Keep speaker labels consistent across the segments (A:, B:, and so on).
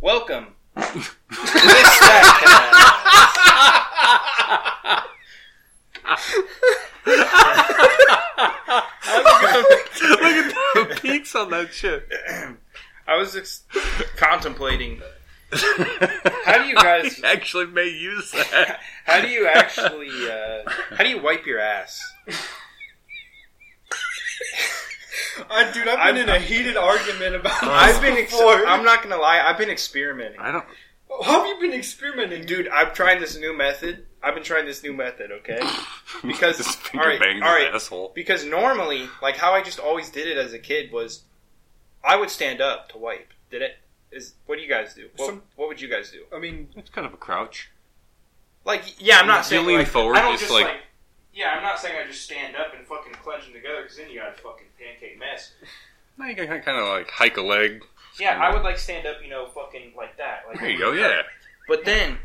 A: Welcome. to this Statcast.
B: Look at the peaks on that shit.
A: I was just contemplating how do you guys
B: I actually may use that.
A: how do you actually uh, how do you wipe your ass?
C: I, dude, I've
A: I'm-
C: been in a heated argument about this
A: I've been ex-
C: before.
A: I'm not gonna lie, I've been experimenting.
B: I don't.
C: How have you been experimenting,
A: Dude, I'm trying this new method. I've been trying this new method, okay? Because-
B: Just finger
A: all right,
B: bang
A: all
B: that
A: right.
B: asshole.
A: Because normally, like how I just always did it as a kid was, I would stand up to wipe. Did it? Is what do you guys do? What,
C: Some-
A: what would you guys do?
C: I mean,
B: It's kind of a crouch.
A: Like, yeah, I'm
B: You
A: not saying
B: lean
A: like,
B: forward,
A: I don't
B: just
A: just
B: like-
A: like, yeah, I'm not saying I just stand up and fucking clench them together because then you got a fucking pancake mess.
B: Now you can kind of like hike a leg.
A: Yeah, I would like stand up, you know, fucking like that. Like,
B: There you go. Yeah.
A: But then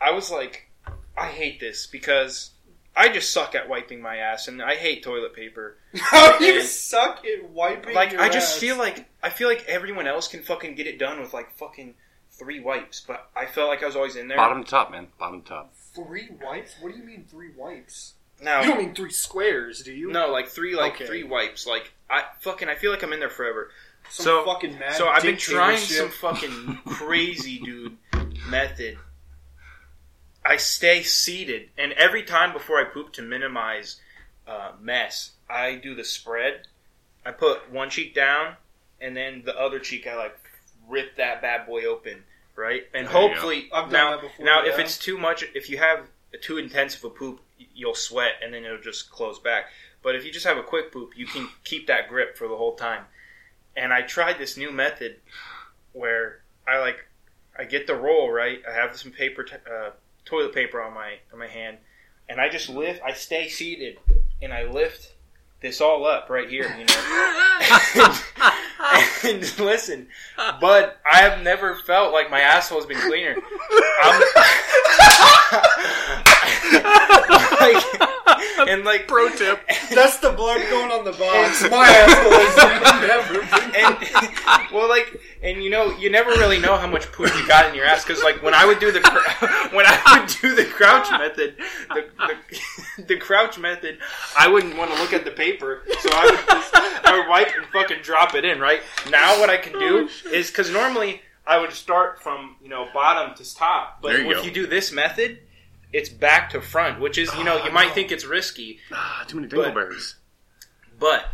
A: I was like, I hate this because I just suck at wiping my ass, and I hate toilet paper.
C: how you
A: And-
C: suck at wiping.
A: like
C: your
A: I just
C: ass.
A: feel like I feel like everyone else can fucking get it done with like fucking three wipes, but I felt like I was always in there.
B: Bottom to top, man. Bottom to top.
C: three wipes. What do you mean three wipes? You don't
A: No,
C: mean three squares, do you?
A: no, like three, like
C: Okay.
A: three wipes. Like I fucking, I feel like I'm in there forever.
C: Some
A: so-
C: fucking mad.
A: so I've been trying some
C: dictatorship.
A: fucking crazy dude method. I stay seated, and every time before I poop to minimize uh, mess, I do the spread. I put one cheek down, and then the other cheek, I like rip that bad boy open, right? And
B: There you go.
A: hopefully,
C: I've done
A: now,
C: that before,
A: now if
C: yeah.
A: it's too much, if you have too intense of a poop, y- you'll sweat, and then it'll just close back. But if you just have a quick poop, you can keep that grip for the whole time. And I tried this new method where I like I get the roll right. I have some paper, t- uh, toilet paper on my on my hand, and I just lift. I stay seated, and I lift this all up right here. You know. and, listen, but I have never felt like my asshole has been cleaner. I'm, like, and like
B: Pro tip.
C: That's the blood going on the box. My asshole is never.
A: and well, like, and you know, you never really know how much poop you got in your ass because, like, when I would do the cr- when I would do the crouch method, the, the, the crouch method, I wouldn't want to look at the paper, so I would just I would wipe and fucking drop it in. Right now, what I can do is because normally I would start from you know bottom to top, but
B: There you
A: if
B: go.
A: you do this method. It's back to front, which is, you know, you might think it's risky,
B: Ah, too many
A: But-
B: dingleberries.
A: but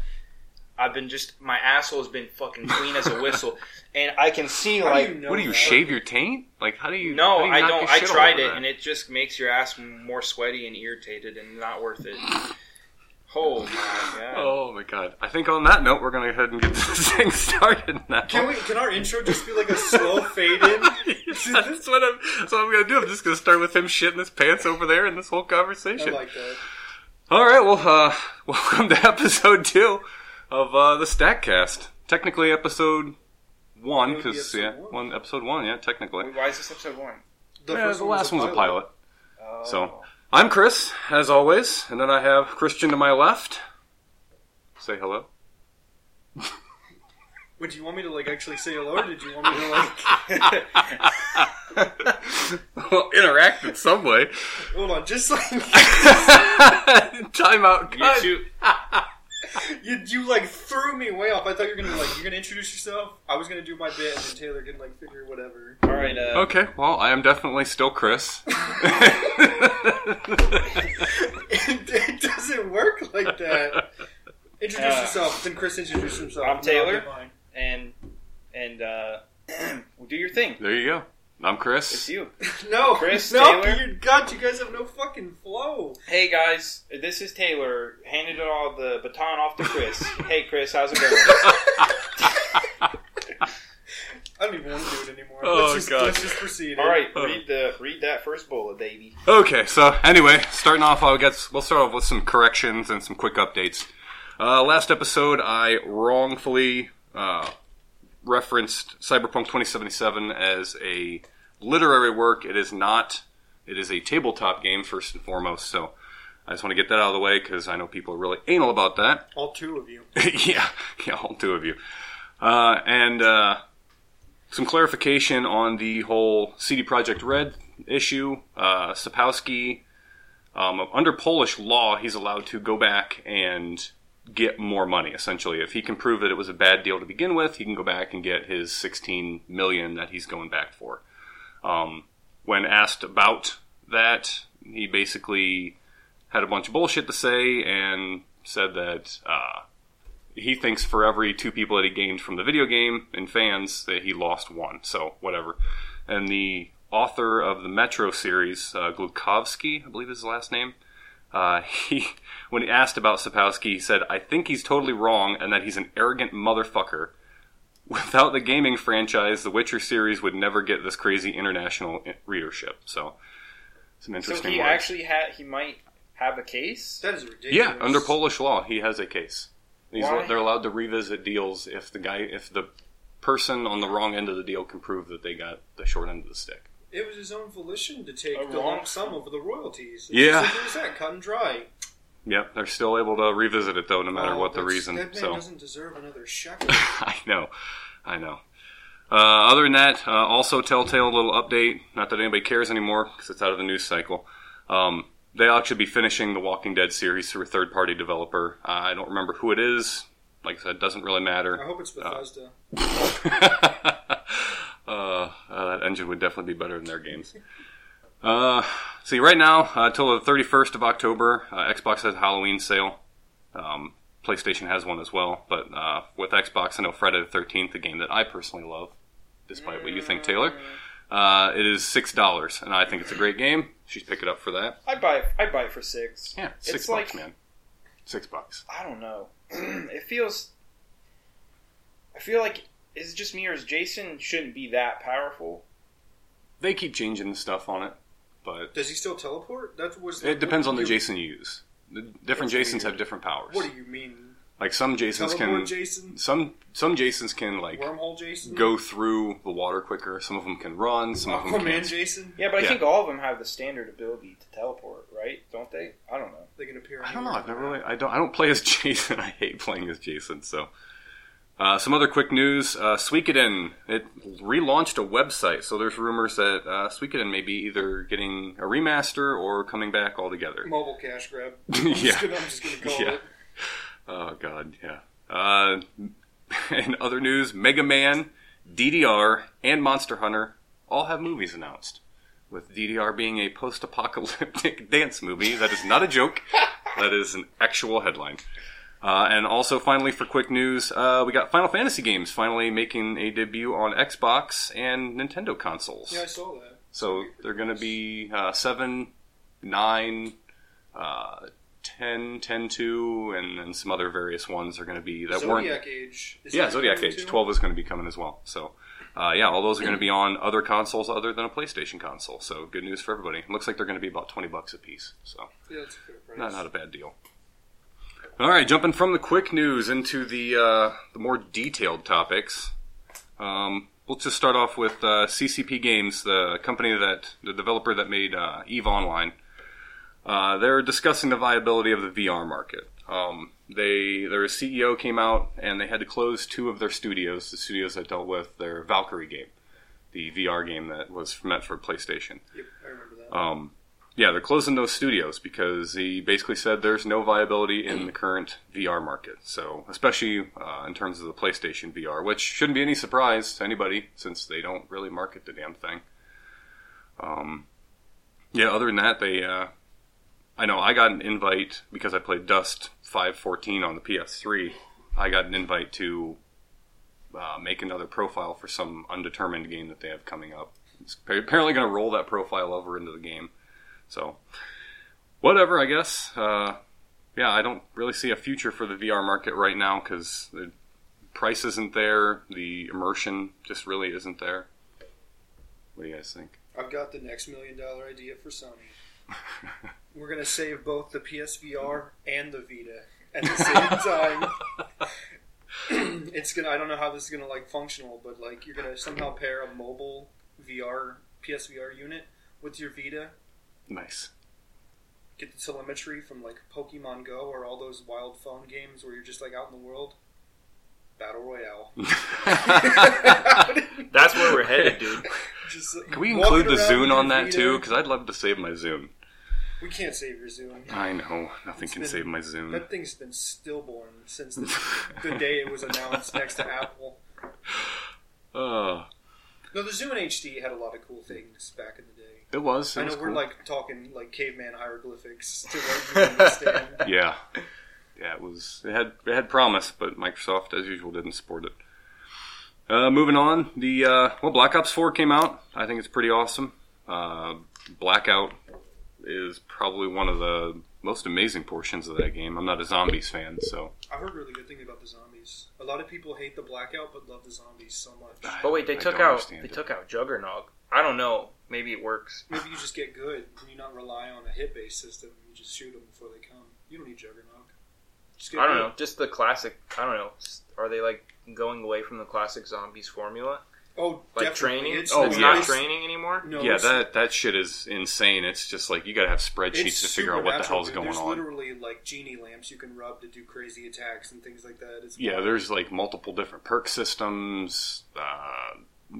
A: I've been just my asshole's been fucking clean as a whistle, and I can see
C: How do
A: like
C: you know
B: What do you
C: that?
B: shave your taint? Like how do you?
A: uh, no,
B: how do you
A: I
B: knock
A: don't.
B: your
A: I
B: shit all
A: tried
B: over
A: it,
B: that?
A: and it just makes your ass more sweaty and irritated, and not worth it. Oh my god!
B: Oh my god! I think on that note, we're gonna go ahead and get this thing started now.
C: Can we? Can our intro just be like a slow fade in?
B: that's, what I'm, that's what I'm gonna do. I'm just gonna start with him shitting his pants over there in this whole
C: I
B: conversation.
C: like that.
B: All right, well, uh, welcome to episode two of uh, the Statcast. Technically, episode one
C: It would be
B: because
C: episode
B: yeah,
C: one.
B: one episode one, yeah, technically.
A: Wait, Why is this episode one?
C: The,
B: yeah, the last one's a pilot.
A: Oh.
B: So- I'm Chris, as always, and then I have Christian to my left. Say hello.
C: Would you want me to like actually say hello, or did you want me to like?
B: well, interact in some way.
C: Hold on, just like
B: Time out. cut.
A: YouTube.
C: you, you like threw me way off. I thought you were gonna be like you're gonna introduce yourself. I was gonna do my bit, and then Taylor can like figure whatever.
A: All right. Uh,
B: Okay, well, I am definitely still Chris.
C: it, it doesn't work like that. Introduce
A: Uh,
C: yourself. Then Chris introduce himself.
A: I'm
C: and then I'll
A: Taylor.
C: do mine.
A: And and uh, well, do your thing.
B: there you go. I'm
A: It's
B: Chris.
A: you.
C: No,
A: Chris,
C: no,
A: Taylor.
C: you- God, you guys have no fucking flow.
A: Hey guys, this is Taylor. Handed it all the baton off to Chris. hey Chris, how's it going?
C: I don't even want to do it anymore.
B: Oh,
C: let's, just,
B: God.
C: let's just proceed.
A: All right,
B: Oh.
A: read the read that first bullet, baby.
B: Okay, so anyway, starting off, I guess we'll start off with some corrections and some quick updates. Uh, last episode, I wrongfully uh, referenced Cyberpunk 2077 as a literary work. It is not. It is a tabletop game first and foremost. So I just want to get that out of the way because I know people are really anal about that.
C: all two of you.
B: yeah, yeah, all two of you. Uh, and uh, some clarification on the whole CD Project Red issue. Uh, Sapowski, um, under Polish law, he's allowed to go back and get more money. Essentially, if he can prove that it was a bad deal to begin with, he can go back and get his 16 million that he's going back for. Um, when asked about that, he basically had a bunch of bullshit to say and said that. Uh, he thinks for every two people that he gained from the video game and fans that he lost one. So whatever. And the author of the Metro series, uh, Glukovsky, I believe is his last name. Uh, he, when asked about Sapowski, he said, "I think he's totally wrong, and that he's an arrogant motherfucker. Without the gaming franchise, the Witcher series would never get this crazy international i- readership." So, some
A: So
B: interesting.
A: he
B: words.
A: actually had he might have a case.
C: That is ridiculous.
B: Yeah, under Polish law, he has a case. He's,
A: Why?
B: They're allowed to revisit deals if the guy, if the person on the wrong end of the deal can prove that they got the short end of the stick.
C: It was his own volition to take
A: A
C: the
A: wrong-
C: lump sum over the royalties. It's
B: Yeah.
C: simple as that, cut and dry.
B: Yep, they're still able to revisit it though, no matter
C: Oh,
B: what the
C: that's-
B: reason.
C: That man
B: So
C: doesn't deserve another shekel.
B: I know, I know. Uh, other than that, uh, also Telltale little update. Not that anybody cares anymore because it's out of the news cycle. Um, they'll actually be finishing the Walking Dead series through a third-party developer. Uh, I don't remember who it is. Like I said, doesn't really matter.
C: I hope it's Bethesda.
B: uh, uh, that engine would definitely be better than their games. Uh, see, right now, uh, till the 31st of October, uh, Xbox has a Halloween sale. Um, PlayStation has one as well. But uh, with Xbox, I know Friday the 13th, a game that I personally love, despite what you think, Taylor, uh, it is $6, and I think it's a great game. You should pick it up for that.
A: I buy I buy it for six.
B: Yeah,
A: It's
B: 6 bucks,
A: like-
B: man. 6 bucks.
A: I don't know. it feels. I feel like is it just me or is Jason shouldn't be that powerful?
B: They keep changing the stuff on it, but
C: Does he still teleport? That was.
B: it depends on the
C: you-
B: Jason you use. The different
C: That's
B: Jasons
C: weird.
B: have different powers.
C: What do you mean?
B: Like some Jasons
C: Teleport
B: can
C: Jason?
B: some some Jasons can like
C: Wormhole Jason?
B: go through the water quicker. Some of them can run. Some of them
C: Uh, Aquaman
B: can.
C: Jason?
A: Yeah, but I
B: Yeah.
A: think all of them have the standard ability to teleport, right? Don't they? I don't know.
C: They can appear.
B: I don't know.
C: anywhere.
B: I've never really. I don't. I don't play as Jason. I hate playing as Jason. So. Uh, some other quick news: uh, Suikoden it relaunched a website, so there's rumors that uh, Suikoden may be either getting a remaster or coming back altogether.
C: Mobile cash grab. I'm
B: Yeah.
C: Just gonna, I'm just gonna call
B: Yeah.
C: it.
B: Oh God, yeah. Uh, and other news: Mega Man, DDR, and Monster Hunter all have movies announced. With DDR being a post-apocalyptic dance movie, that is not a joke. that is an actual headline. Uh, and also, finally, for quick news, uh, we got Final Fantasy games finally making a debut on Xbox and Nintendo consoles.
C: Yeah, I saw that.
B: So they're going to be uh, 7, 9, uh, 10, 10, 2, and then some other various ones are going to be that weren't.
C: Zodiac Age. Is
B: Yeah,
C: that
B: Zodiac
C: coming
B: Age
C: too?
B: 12 is going to be coming as well. So, uh, yeah, all those are going to be on other consoles other than a PlayStation console. So, good news for everybody. Looks like they're going to be about 20 bucks a piece. So,
C: Yeah, that's a fair price.
B: not, not a bad deal. All right, jumping from the quick news into the uh, the more detailed topics. Um, we'll just start off with uh, CCP Games, the company that the developer that made uh, Eve Online. Uh, they're discussing the viability of the VR market. Um, they their CEO came out and they had to close two of their studios, the studios that dealt with their Valkyrie game, the VR game that was meant for PlayStation.
C: Yep, I remember that.
B: Um, yeah, they're closing those studios because he basically said there's no viability in the current VR market. So, especially uh, in terms of the PlayStation VR, which shouldn't be any surprise to anybody since they don't really market the damn thing. Um, yeah, other than that, they. Uh, I know I got an invite because I played Dust 514 on the PS3. I got an invite to uh, make another profile for some undetermined game that they have coming up. It's pa- apparently going to roll that profile over into the game. So, whatever, I guess. Uh, yeah, I don't really see a future for the VR market right now because the price isn't there, the immersion just really isn't there. What do you guys think?
C: I've got the next million dollar idea for Sony. We're gonna save both the PSVR and the Vita at the same time. it's gonna. I don't know how this is gonna like functional, but like you're gonna somehow pair a mobile VR PSVR unit with your Vita.
B: Nice.
C: Get the telemetry from like Pokemon Go or all those wild phone games where you're just like out in the world. Battle Royale.
A: That's where headed, dude.
C: Just like,
B: Can we
C: walking
B: include the
C: around with
B: Zune
C: your
B: on that
C: Vita.
B: too? Because I'd love to save my Zune.
C: We can't save your Zune.
B: I know nothing
C: It's
B: can
C: been-
B: save my Zune.
C: That thing's been stillborn since the, the day it was announced next to Apple.
B: Uh,
C: No, the Zune HD had a lot of cool things back in the day.
B: it was. It
C: I know
B: was
C: we're
B: cool.
C: like talking like caveman hieroglyphics to what you understand.
B: yeah, yeah. It was. It had it had promise, but Microsoft, as usual, didn't support it. Uh, moving on, the uh, well, Black Ops Four came out. I think it's pretty awesome. Uh, Blackout is probably one of the most amazing portions of that game. I'm not a zombies fan, so
C: I heard really good things about the zombies. A lot of people hate the blackout, but love the zombies so much.
B: I-
A: But wait, they
B: I
A: took
B: don't
A: out
B: understand
A: they
B: it.
A: took out Juggernaut. I don't know. Maybe it works.
C: Maybe you just get good and you not rely on a hit based system. You just shoot them before they come. You don't need Juggernaut. Just get
A: I don't
C: good.
A: know. Just the classic. I don't know. S- Are they like going away from the classic zombies formula,
C: Oh,
A: like
C: definitely.
A: training?
C: It's,
B: Oh,
A: it's
B: yeah.
A: not training anymore.
C: No,
B: yeah,
C: it's-
B: that that shit is insane. It's just like you gotta have
C: it's
B: spreadsheets to figure out what the
C: supernatural,
B: hell's
C: dude.
B: going
C: There's
B: on.
C: literally like genie lamps you can rub to do crazy attacks and things like that. It's
B: yeah,
C: wild.
B: there's like multiple different perk systems, uh,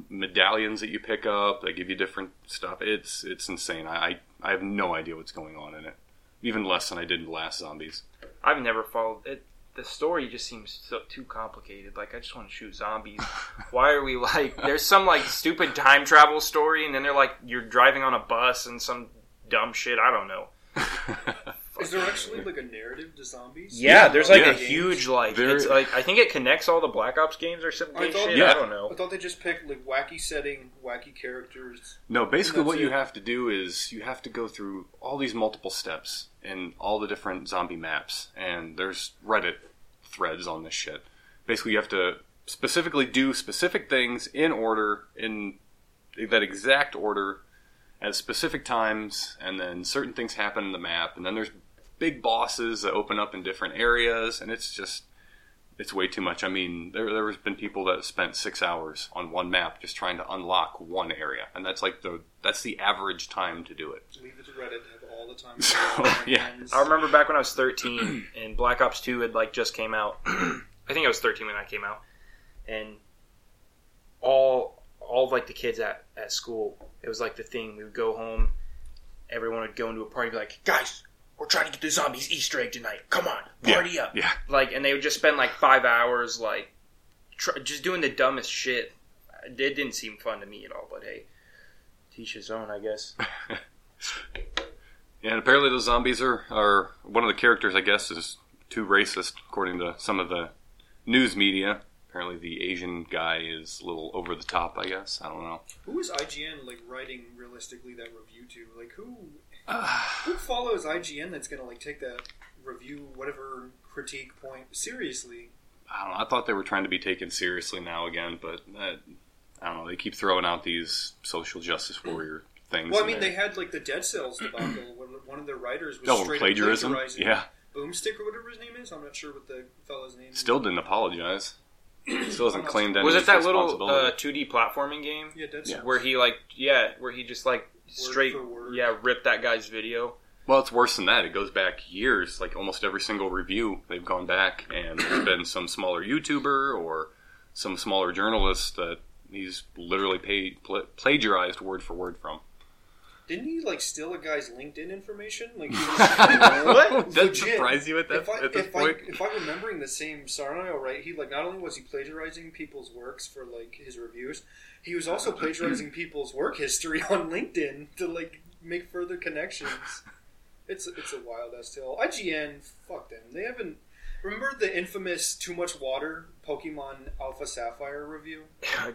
B: medallions that you pick up that give you different stuff. It's it's insane. I, I I have no idea what's going on in it, even less than I did in Last Zombies.
A: I've never followed it. The story just seems so, too complicated. Like I just want to shoot zombies. Why are we like? There's some like stupid time travel story, and then they're like you're driving on a bus and some dumb shit. I don't know.
C: Is there actually like a narrative to zombies?
A: Yeah, there's like
B: Yeah.
A: a huge like.
B: There-
A: It's like I think it connects all the Black Ops games or some
C: I
A: big
C: thought-
A: shit.
B: Yeah.
A: I don't
C: I
A: know.
C: thought they just picked like wacky setting, wacky characters.
B: No, basically
C: That's
B: what you
C: it.
B: have to do is you have to go through all these multiple steps in all the different zombie maps, and there's Reddit threads on this shit. Basically, you have to specifically do specific things in order, in that exact order, at specific times, and then certain things happen in the map, and then there's big bosses that open up in different areas, and it's just it's way too much. I mean, there there has been people that have spent six hours on one map just trying to unlock one area, and that's like the that's the average time to do it.
C: Leave it to Reddit to have all the time.
B: So, Oh, yeah.
A: I remember back when I was 13 and Black Ops 2 had like just came out. I think I was 13 when that came out, and all all of, like the kids at at school, it was like the thing. We would go home, everyone would go into a party, and be like, guys. We're trying to get the zombies Easter egg tonight. Come on, party up!
B: Yeah,
A: Like, and they would just spend like five hours, like, tr- just doing the dumbest shit. It didn't seem fun to me at all. But hey, teach his own, I guess.
B: and apparently those zombies are are one of the characters. I guess is too racist, according to some of the news media. Apparently, the Asian guy is a little over the top. I guess I don't know.
C: Who is IGN like writing realistically that review to? Like who who follows IGN that's gonna like take that review, whatever critique point seriously?
B: I don't know. I thought they were trying to be taken seriously now again, but that, I don't know. They keep throwing out these social justice warrior things.
C: Well, I
B: in
C: mean,
B: there.
C: they had like the Dead Cells debacle when one of their writers was
B: Double
C: straight up
B: plagiarism.
C: plagiarizing
B: Yeah,
C: Boomstick or whatever his name is. I'm not sure what the fellow's name. is.
B: still didn't apologize. Still hasn't claimed any
A: Was it that little
B: responsibility.
A: uh, 2D platforming game
C: yeah, Dead
B: Yeah.
C: Cells.
A: where he like, yeah, where he just like straight,
C: for word.
A: yeah, ripped that guy's video?
B: well, it's worse than that. It goes back years. Like almost every single review, they've gone back, and there's been some smaller YouTuber or some smaller journalist that he's literally paid, pl- plagiarized word for word from.
C: Didn't he like steal a guy's LinkedIn information? Like he was,
B: what? That
C: Legit.
B: surprise you at that
C: if I,
B: at this
C: if,
B: point?
C: I, if I'm remembering the same scenario right, he like not only was he plagiarizing people's works for like his reviews, he was also plagiarizing people's work history on LinkedIn to like make further connections. It's it's a wild ass tale. IGN, fuck them. They haven't. Remember the infamous "Too Much Water" Pokemon Alpha Sapphire review?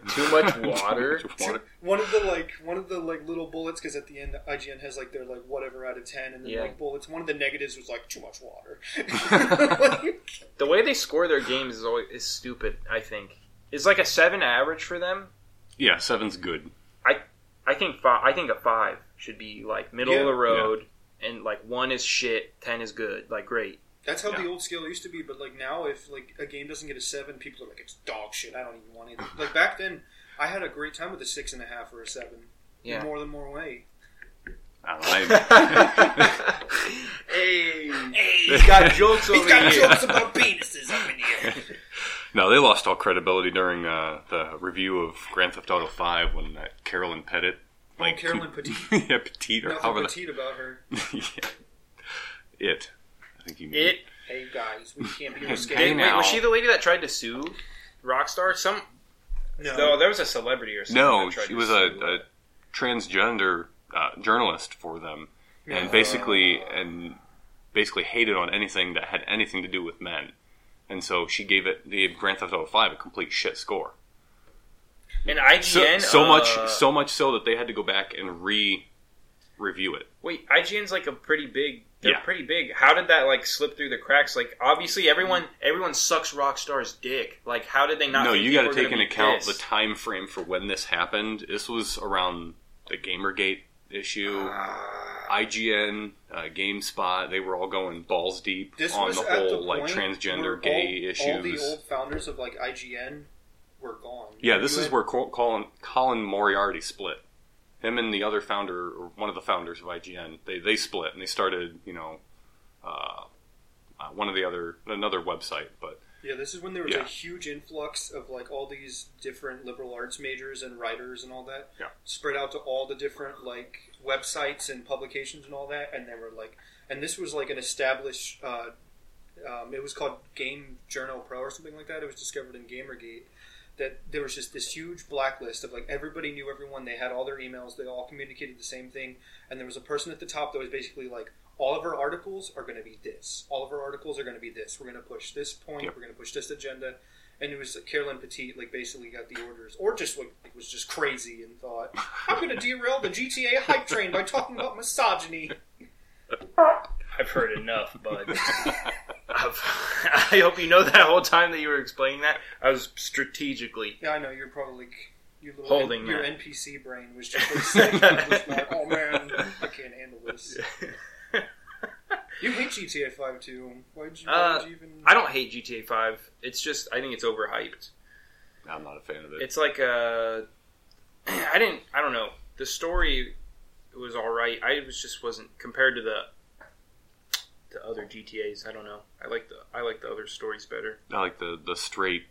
A: Too much water.
B: Too much water.
C: One of the like one of the like little bullets because at the end IGN has like their like whatever out of ten and then
A: Yeah.
C: like bullets. One of the negatives was like too much water.
A: the way they score their games is always is stupid. I think it's like a seven average for them.
B: Yeah, seven's good.
A: I think five, I think a five should be like middle
C: Yeah.
A: of the road, and like one is shit, ten is good, like great.
C: That's how
B: Yeah.
C: the old scale used to be, but like now, if like a game doesn't get a seven, people are like, "It's dog shit. I don't even want it." Like back then, I had a great time with a six and a half or a seven.
A: Yeah.
C: in more than more way.
B: I don't know.
A: hey, hey, he's got jokes over
C: He's got
A: here.
C: jokes about penises up in here.
B: No, they lost all credibility during uh, the review of Grand Theft Auto Five when that Carolyn Pettit, like
C: Oh, Carolyn Petit.
B: yeah, Petite or
C: Nothing
B: however the
C: petite about her.
B: yeah. it. I think you mean
A: It.
C: Hey guys, we can't be
B: Hey,
A: Did,
C: risking.
A: wait,
B: now.
A: was she the lady that tried to sue Rockstar? Some. No, there was a celebrity or something.
B: No,
A: that tried
B: she
A: to
B: was a,
A: sue.
B: a transgender uh, journalist for them, and basically and basically hated on anything that had anything to do with men, and so she gave it gave Grand Theft Auto Five a complete shit score.
A: an
B: So,
A: IGN.
B: so
A: uh,
B: much so much so that they had to go back and re review it.
A: Wait, IGN's like a pretty big. They're
B: Yeah.
A: pretty big. How did that like slip through the cracks? Like obviously everyone everyone sucks Rockstar's dick. Like how did they not?
B: no,
A: think
B: you got
A: people
B: to
A: were
B: take
A: gonna
B: into
A: be
B: account the
A: pissed?
B: time frame for when this happened. This was around the GamerGate issue.
C: Uh, Ah.
B: IGN, uh, GameSpot, they were all going balls deep
C: This
B: on
C: was
B: the
C: at the
B: whole like
C: point where
B: transgender
C: all-
B: gay
C: All the
B: issues.
C: old founders of like IGN were gone.
B: yeah, this
C: You
B: is
C: had-
B: where Col- Colin, Colin Moriarty split. Him and the other founder, or one of the founders of IGN, they they split and they started, you know, uh, uh, one of the other another website, but
C: Yeah, this is when there was
B: Yeah.
C: a huge influx of like all these different liberal arts majors and writers and all that.
B: Yeah.
C: Spread out to all the different like websites and publications and all that, and they were like, and this was like an established. Uh, um, it was called Game Journal Pro or something like that. It was discovered in GamerGate that there was just this huge blacklist of like everybody knew everyone. They had all their emails. They all communicated the same thing, and there was a person at the top that was basically like, all of our articles are going to be this. All of our articles are going to be this. We're going to push this point.
B: Yep.
C: We're going to push this agenda. And it was Carolyn Petit, like basically got the orders, or just like was just crazy and thought, I'm going to derail the GTA hype train by talking about misogyny.
A: I've heard enough, bud. I've, I hope you know that whole time that you were explaining that I was strategically.
C: Yeah, I know you're probably your little
A: Holding
C: your
A: that.
C: NPC brain was just like, saying that, was like, oh man, I can't handle this. You hate GTA Five too. Why'd you, why
A: Uh,
C: would you even?
A: I don't hate GTA Five. It's just I think it's overhyped.
B: I'm not a fan of it.
A: It's like a. I didn't. I don't know. The story was all right. I was just wasn't compared to the the other GTA's. I don't know. I like the I like the other stories better.
B: I like the the straight,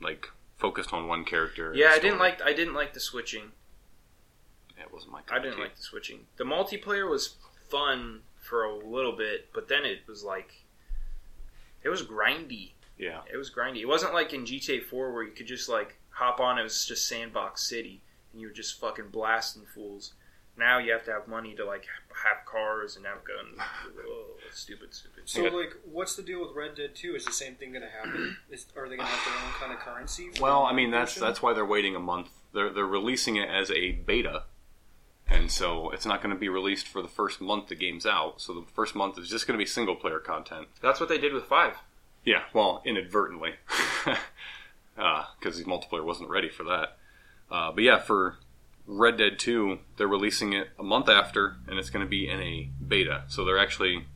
B: like focused on one character.
A: Yeah, I
B: story.
A: didn't like I didn't like the switching.
B: Yeah, It wasn't my. cup
A: I
B: of
A: didn't
B: tea.
A: like the switching. The multiplayer was fun for a little bit, but then it was like it was grindy.
B: Yeah,
A: It was grindy. It wasn't like in GTA 4 where you could just like hop on. It was just Sandbox City, and you were just fucking blasting fools. Now you have to have money to like have cars and have guns. Whoa, stupid, stupid.
C: So
B: Yeah.
C: like, what's the deal with Red Dead Two? Is the same thing going to happen? Is, are they going to have their own kind of currency? for
B: Well,
C: their
B: I mean that's
C: version?
B: that's why they're waiting a month. They're they're releasing it as a beta, and so it's not going to be released for the first month the game's out. So the first month is just going to be single player content.
A: That's what they did with five.
B: Yeah, well, inadvertently, because the multiplayer wasn't ready for that. Uh, but yeah, for Red Dead Two, they're releasing it a month after, and it's going to be in a beta. So they're actually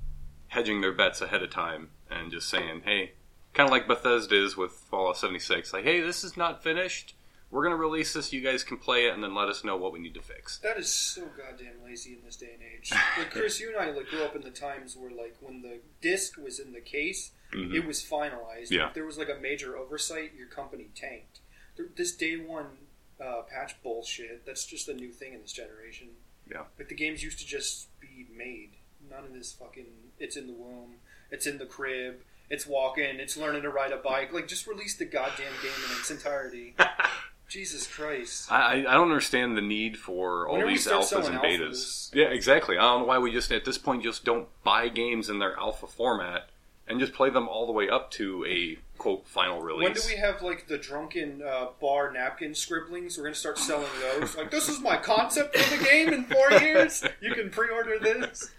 B: hedging their bets ahead of time and just saying, hey, kind of like Bethesda is with Fallout 76, like, hey, this is not finished. We're going to release this. You guys can play it, and then let us know what we need to fix.
C: That is so goddamn lazy in this day and age. Like Chris, you and I like grew up in the times where like when the disc was in the case, it was finalized.
B: Mm-hmm. Yeah.
C: If there was like a major oversight, your company tanked. Th- This day one uh, patch bullshit. That's just a new thing in this generation.
B: Yeah.
C: Like the games used to just be made. None of this fucking. It's in the womb. It's in the crib. It's walking. It's learning to ride a bike. Like just release the goddamn game in its entirety. Jesus Christ.
B: I, I I don't understand the need for all
C: When are we
B: these
C: still
B: alphas
C: selling
B: and
C: alphas?
B: betas. Yeah, exactly. I don't know why we just at this point just don't buy games in their alpha format and just play them all the way up to a quote final release.
C: When do we have like the drunken uh, bar napkin scribblings? We're gonna start selling those. Like this is my concept for the game in four years. You can pre-order this.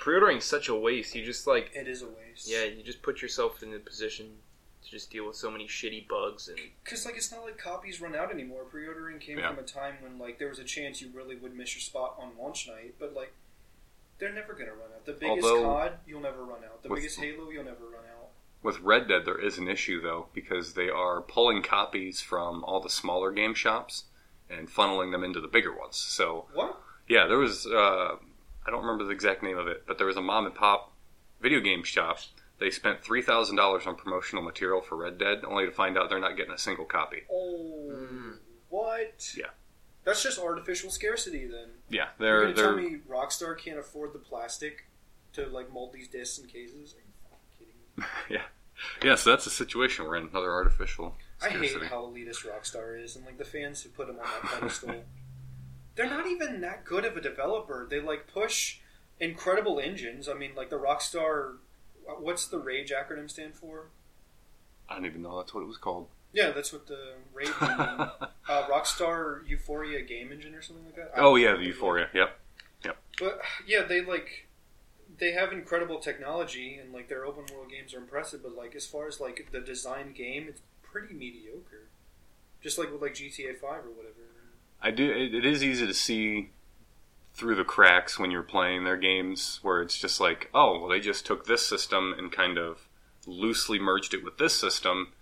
A: Pre-ordering is such a waste. You just like
C: It is a waste.
A: yeah, you just put yourself in the position to just deal with so many shitty bugs and
C: because like it's not like copies run out anymore. Pre-ordering came
B: Yeah.
C: from a time when like there was a chance you really would miss your spot on launch night, but like they're never gonna run out. The biggest
B: Although-
C: COD you'll never run out. The
B: With-
C: biggest Halo you'll never run out.
B: With Red Dead, there is an issue though because they are pulling copies from all the smaller game shops and funneling them into the bigger ones. So
C: What?
B: Yeah, there was. Uh, I don't remember the exact name of it, but there was a mom and pop video game shop They spent three thousand dollars on promotional material for Red Dead, only to find out they're not getting a single copy.
C: Oh,
A: Mm.
C: what?
B: Hmm. Yeah.
C: That's just artificial scarcity. Then
B: Yeah,
C: you're
B: they're
C: gonna
B: they're
C: tell me Rockstar can't afford the plastic to like mold these discs and cases? Are you fucking kidding me?
B: yeah. So that's the situation we're in. Another artificial
C: I
B: scarcity.
C: hate how elitist Rockstar is, and like the fans who put him on that pedestal. They're not even that good of a developer. They like push incredible engines. I mean, like the Rockstar. What's the Rage acronym stand for?
B: I don't even know that's what it was called.
C: Yeah, that's what the Rage. uh, Rockstar Euphoria game engine or something like that. I
B: oh
C: don't
B: yeah,
C: know.
B: the Euphoria. Yep.
C: But yeah, they like they have incredible technology, and like their open world games are impressive. But like as far as like the design game, it's pretty mediocre. Just like with like GTA Five or whatever.
B: I do. It, it is easy to see through the cracks when you're playing their games, where it's just like, oh, well, they just took this system and kind of loosely merged it with this system,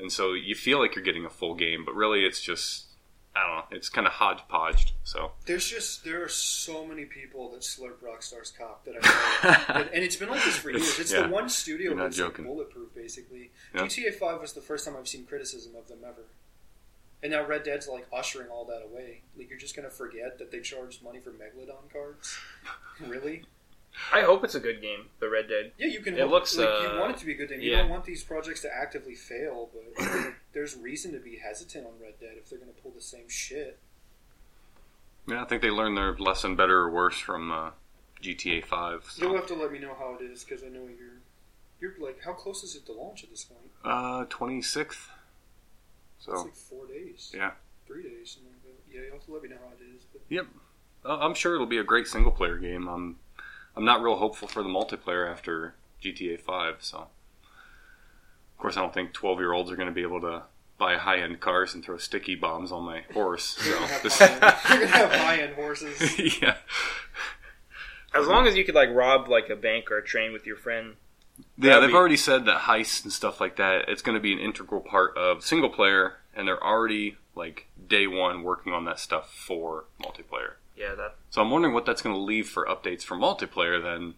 B: and so you feel like you're getting a full game, but really it's just, I don't know, it's kind of hodgepodged. So
C: There's just there are so many people that slurp Rockstar's cop that I know, and, and it's been like this for years.
B: It's-
C: It's
B: yeah.
C: the one studio
B: You're not
C: that's like
B: joking.
C: bulletproof, basically.
B: Yeah.
C: GTA Five was the first time I've seen criticism of them ever, and now Red Dead's like ushering all that away. Like you're just gonna forget that they charged money for megalodon cards. really?
A: I hope it's a good game, The Red Dead.
C: Yeah, you can.
A: It looks,
C: like
A: uh,
C: you want it to be a good, and you
A: yeah.
C: don't want these projects to actively fail. But like, there's reason to be hesitant on Red Dead if they're gonna pull the same shit.
B: yeah, I think they learned their lesson better or worse from uh, GTA Five. so.
C: You'll have to let me know how it is because I know you're. You're like, how close is it to launch at this point?
B: Uh, 26th.
C: It's
B: So,
C: like four days.
B: Yeah.
C: Three days, something like that. Yeah, you'll have to let me know how it is. But
B: uh, I'm sure it'll be a great single player game. I'm, I'm not real hopeful for the multiplayer after GTA 5. So, of course, I don't think 12 year olds are going to be able to buy high end cars and throw sticky bombs on my horse.
C: you're
B: So,
C: gonna have
B: this-
C: high-end- you're gonna have high end horses.
B: yeah,
A: As long as you could like rob like a bank or a train with your friend.
B: yeah. They've
A: be-
B: already said that heists and stuff like that. It's going to be an integral part of single player, and they're already like day one working on that stuff for multiplayer.
A: Yeah, that
B: So I'm wondering what that's going to leave for updates for multiplayer. Then,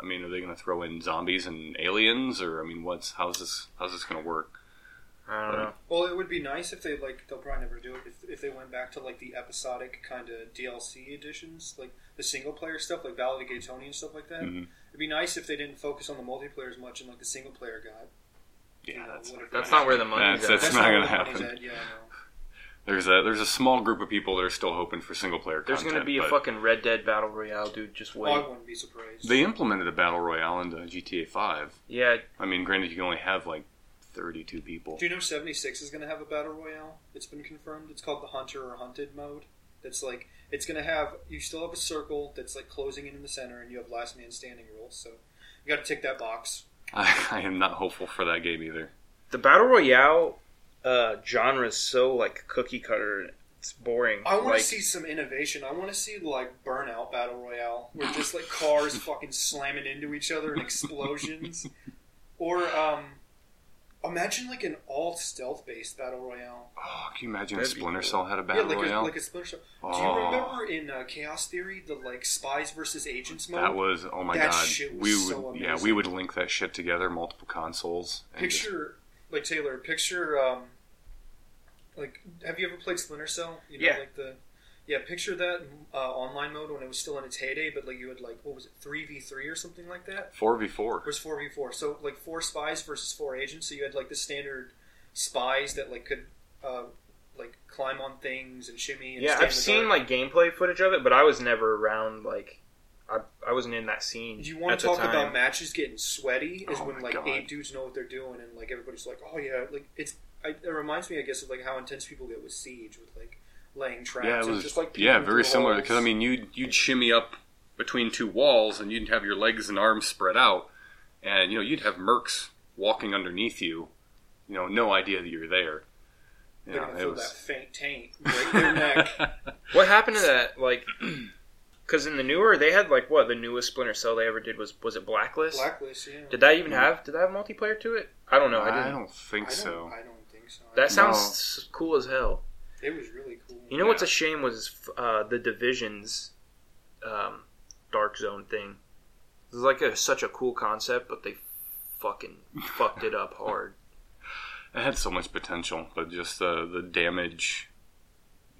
B: I mean, are they going to throw in zombies and aliens, or I mean, what's how's this how's this going to work?
A: I don't know.
C: Well, it would be nice if they like. They'll probably never do it. If, if they went back to like the episodic kind of DLC editions, like the single player stuff, like Ballad of Gay Tony and stuff like that.
B: Mhm.
C: It'd be nice if they didn't focus on the multiplayer as much and like the single player guy.
B: Yeah, that's
A: That's not where the money's
B: That's-
A: at.
B: that's- not gonna
C: where the money's
B: happen.
C: at, Yeah, I
B: there's a there's a small group of people that are still hoping for single player.
A: There's
B: going
A: gonna
B: to
A: be a fucking Red Dead battle royale, dude. Just
C: know. I
A: wait.
C: wouldn't be surprised.
B: They implemented a battle royale into GTA Five.
A: Yeah,
B: I mean, granted, you can only have like 32 people.
C: Do you know 76 is going to have a battle royale? It's been confirmed. It's called the Hunter or Hunted mode. That's like, it's going to have, you still have a circle that's like closing in in the center, and you have last man standing rules. So you got to tick that box.
B: I, I am not hopeful for that game either.
A: the battle royale uh, genre is so like cookie cutter. It's boring.
C: I want
A: Like,
C: to see some innovation. I want to see like Burnout Battle Royale, where just like cars fucking slamming into each other and explosions. or, um, imagine like an all stealth based battle royale.
B: Oh, can you imagine if
A: That'd be
B: Splinter
A: cool.
B: Cell had a battle
C: yeah, like
B: royale?
C: a, like a Splinter Cell. Do you
B: Oh.
C: remember in uh, Chaos Theory the like spies versus agents mode?
B: that was oh my
C: That
B: god.
C: shit was
B: we would
C: so
B: yeah we
C: amazing.
B: would link that shit together, multiple consoles. and just-
C: picture like Taylor. Picture um, like have you ever played Splinter Cell? You know,
A: Yeah.
C: Like the yeah. Picture that uh, online mode when it was still in its heyday, but like you had like what was it three v three or something like that?
B: 4v4.
C: It was four v four. So like four spies versus four agents. So you had like the standard spies that like could. Uh, like climb on things and shimmy. And
A: yeah,
C: stay in
A: I've
C: the
A: seen
C: dark.
A: like gameplay footage of it, but I was never around. Like, I, I wasn't in that scene.
C: You want
A: at
C: to talk
A: the time.
C: about matches getting sweaty is
B: Oh
C: when
B: my
C: like
B: God.
C: eight dudes know what they're doing and like everybody's like, oh yeah, like it's. I, it reminds me, I guess, of like how intense people get with siege with like laying traps.
B: Yeah, it
C: and
B: was
C: just like
B: yeah,
C: peeking
B: very
C: through
B: similar.
C: holes.
B: Because I mean, you'd you'd shimmy up between two walls, and you'd have your legs and arms spread out, and you know you'd have mercs walking underneath you, you know, no idea that you're there.
C: they're
B: Yeah,
C: gonna
B: it
C: feel
B: was.
C: that faint taint right in their neck.
A: What happened to that? Like, because in the newer, they had like what the newest Splinter Cell they ever did was was it Blacklist?
C: Blacklist, yeah.
A: Did that even have did that have multiplayer to it? I don't know. I didn't.
B: don't
C: I
B: think
C: don't,
B: so.
C: I don't think so.
A: That sounds
B: No.
A: s- cool as hell.
C: it was really cool.
A: You know what's
B: Yeah.
A: a shame was uh, the divisions, um, Dark Zone thing. It was like a, such a cool concept, but they fucking fucked it up hard.
B: It had so much potential, but just the the damage,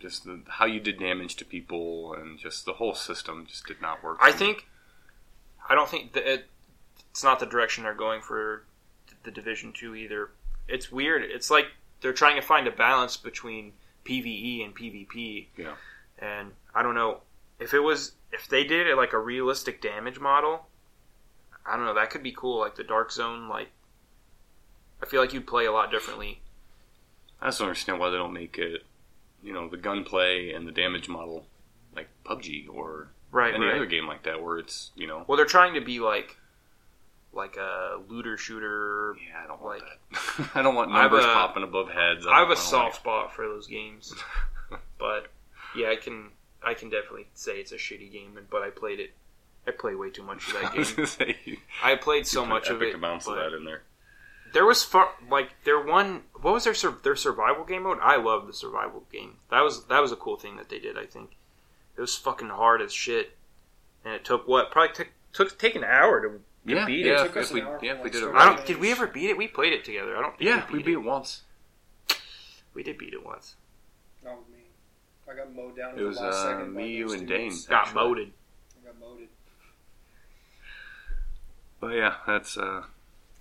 B: just the, how you did damage to people, and just the whole system just did not work.
A: I
B: for me.
A: think I don't think that it, it's not the direction they're going for the Division Two either. It's weird. It's like they're trying to find a balance between PVE and PvP.
B: Yeah.
A: And I don't know if it was if they did it like a realistic damage model. I don't know. That could be cool. Like the Dark Zone. Like I feel like you'd play a lot differently.
B: I just don't understand why they don't make it, you know, the gunplay and the damage model like PUBG or
A: Right.
B: any
A: right.
B: other game like that, where it's you know,
A: Well, they're trying to be like like a looter shooter.
B: yeah, I don't want
A: Like- uh,
B: that. I don't want
A: I have
B: numbers
A: a-
B: popping above heads.
A: I have
B: don't-
A: a
B: don't
A: soft
B: like-
A: spot for those games, but yeah, I can I can definitely say it's a shitty game. But I played it. I play way too much of that
B: I was
A: game.
B: gonna say you
A: I played so
B: put
A: much of
B: epic
A: it.
B: amounts of
A: but
B: that in there.
A: There was far, like their one. What was their sur- their survival game mode? I love the survival game. That was that was a cool thing that they did. I think it was fucking hard as shit, and it took what probably took took take an hour to.
B: Yeah,
A: beat it.
B: yeah,
C: It
B: if,
C: took
B: if
C: us an
B: we,
C: hour
B: yeah,
C: to
B: if we
C: like
B: did it
C: start
B: right.
A: I don't. Did we ever beat it? We played it together. I don't. Think
B: yeah, we beat
A: It.
B: it once.
A: We did beat it once.
C: Not with me. Oh, I got mowed down. at
B: It was
C: the last
B: uh,
C: second by
B: me, you,
C: those
B: and Dane.
C: dudes.
A: Got
B: actually.
A: voted.
C: I got mowed.
B: But yeah, that's uh,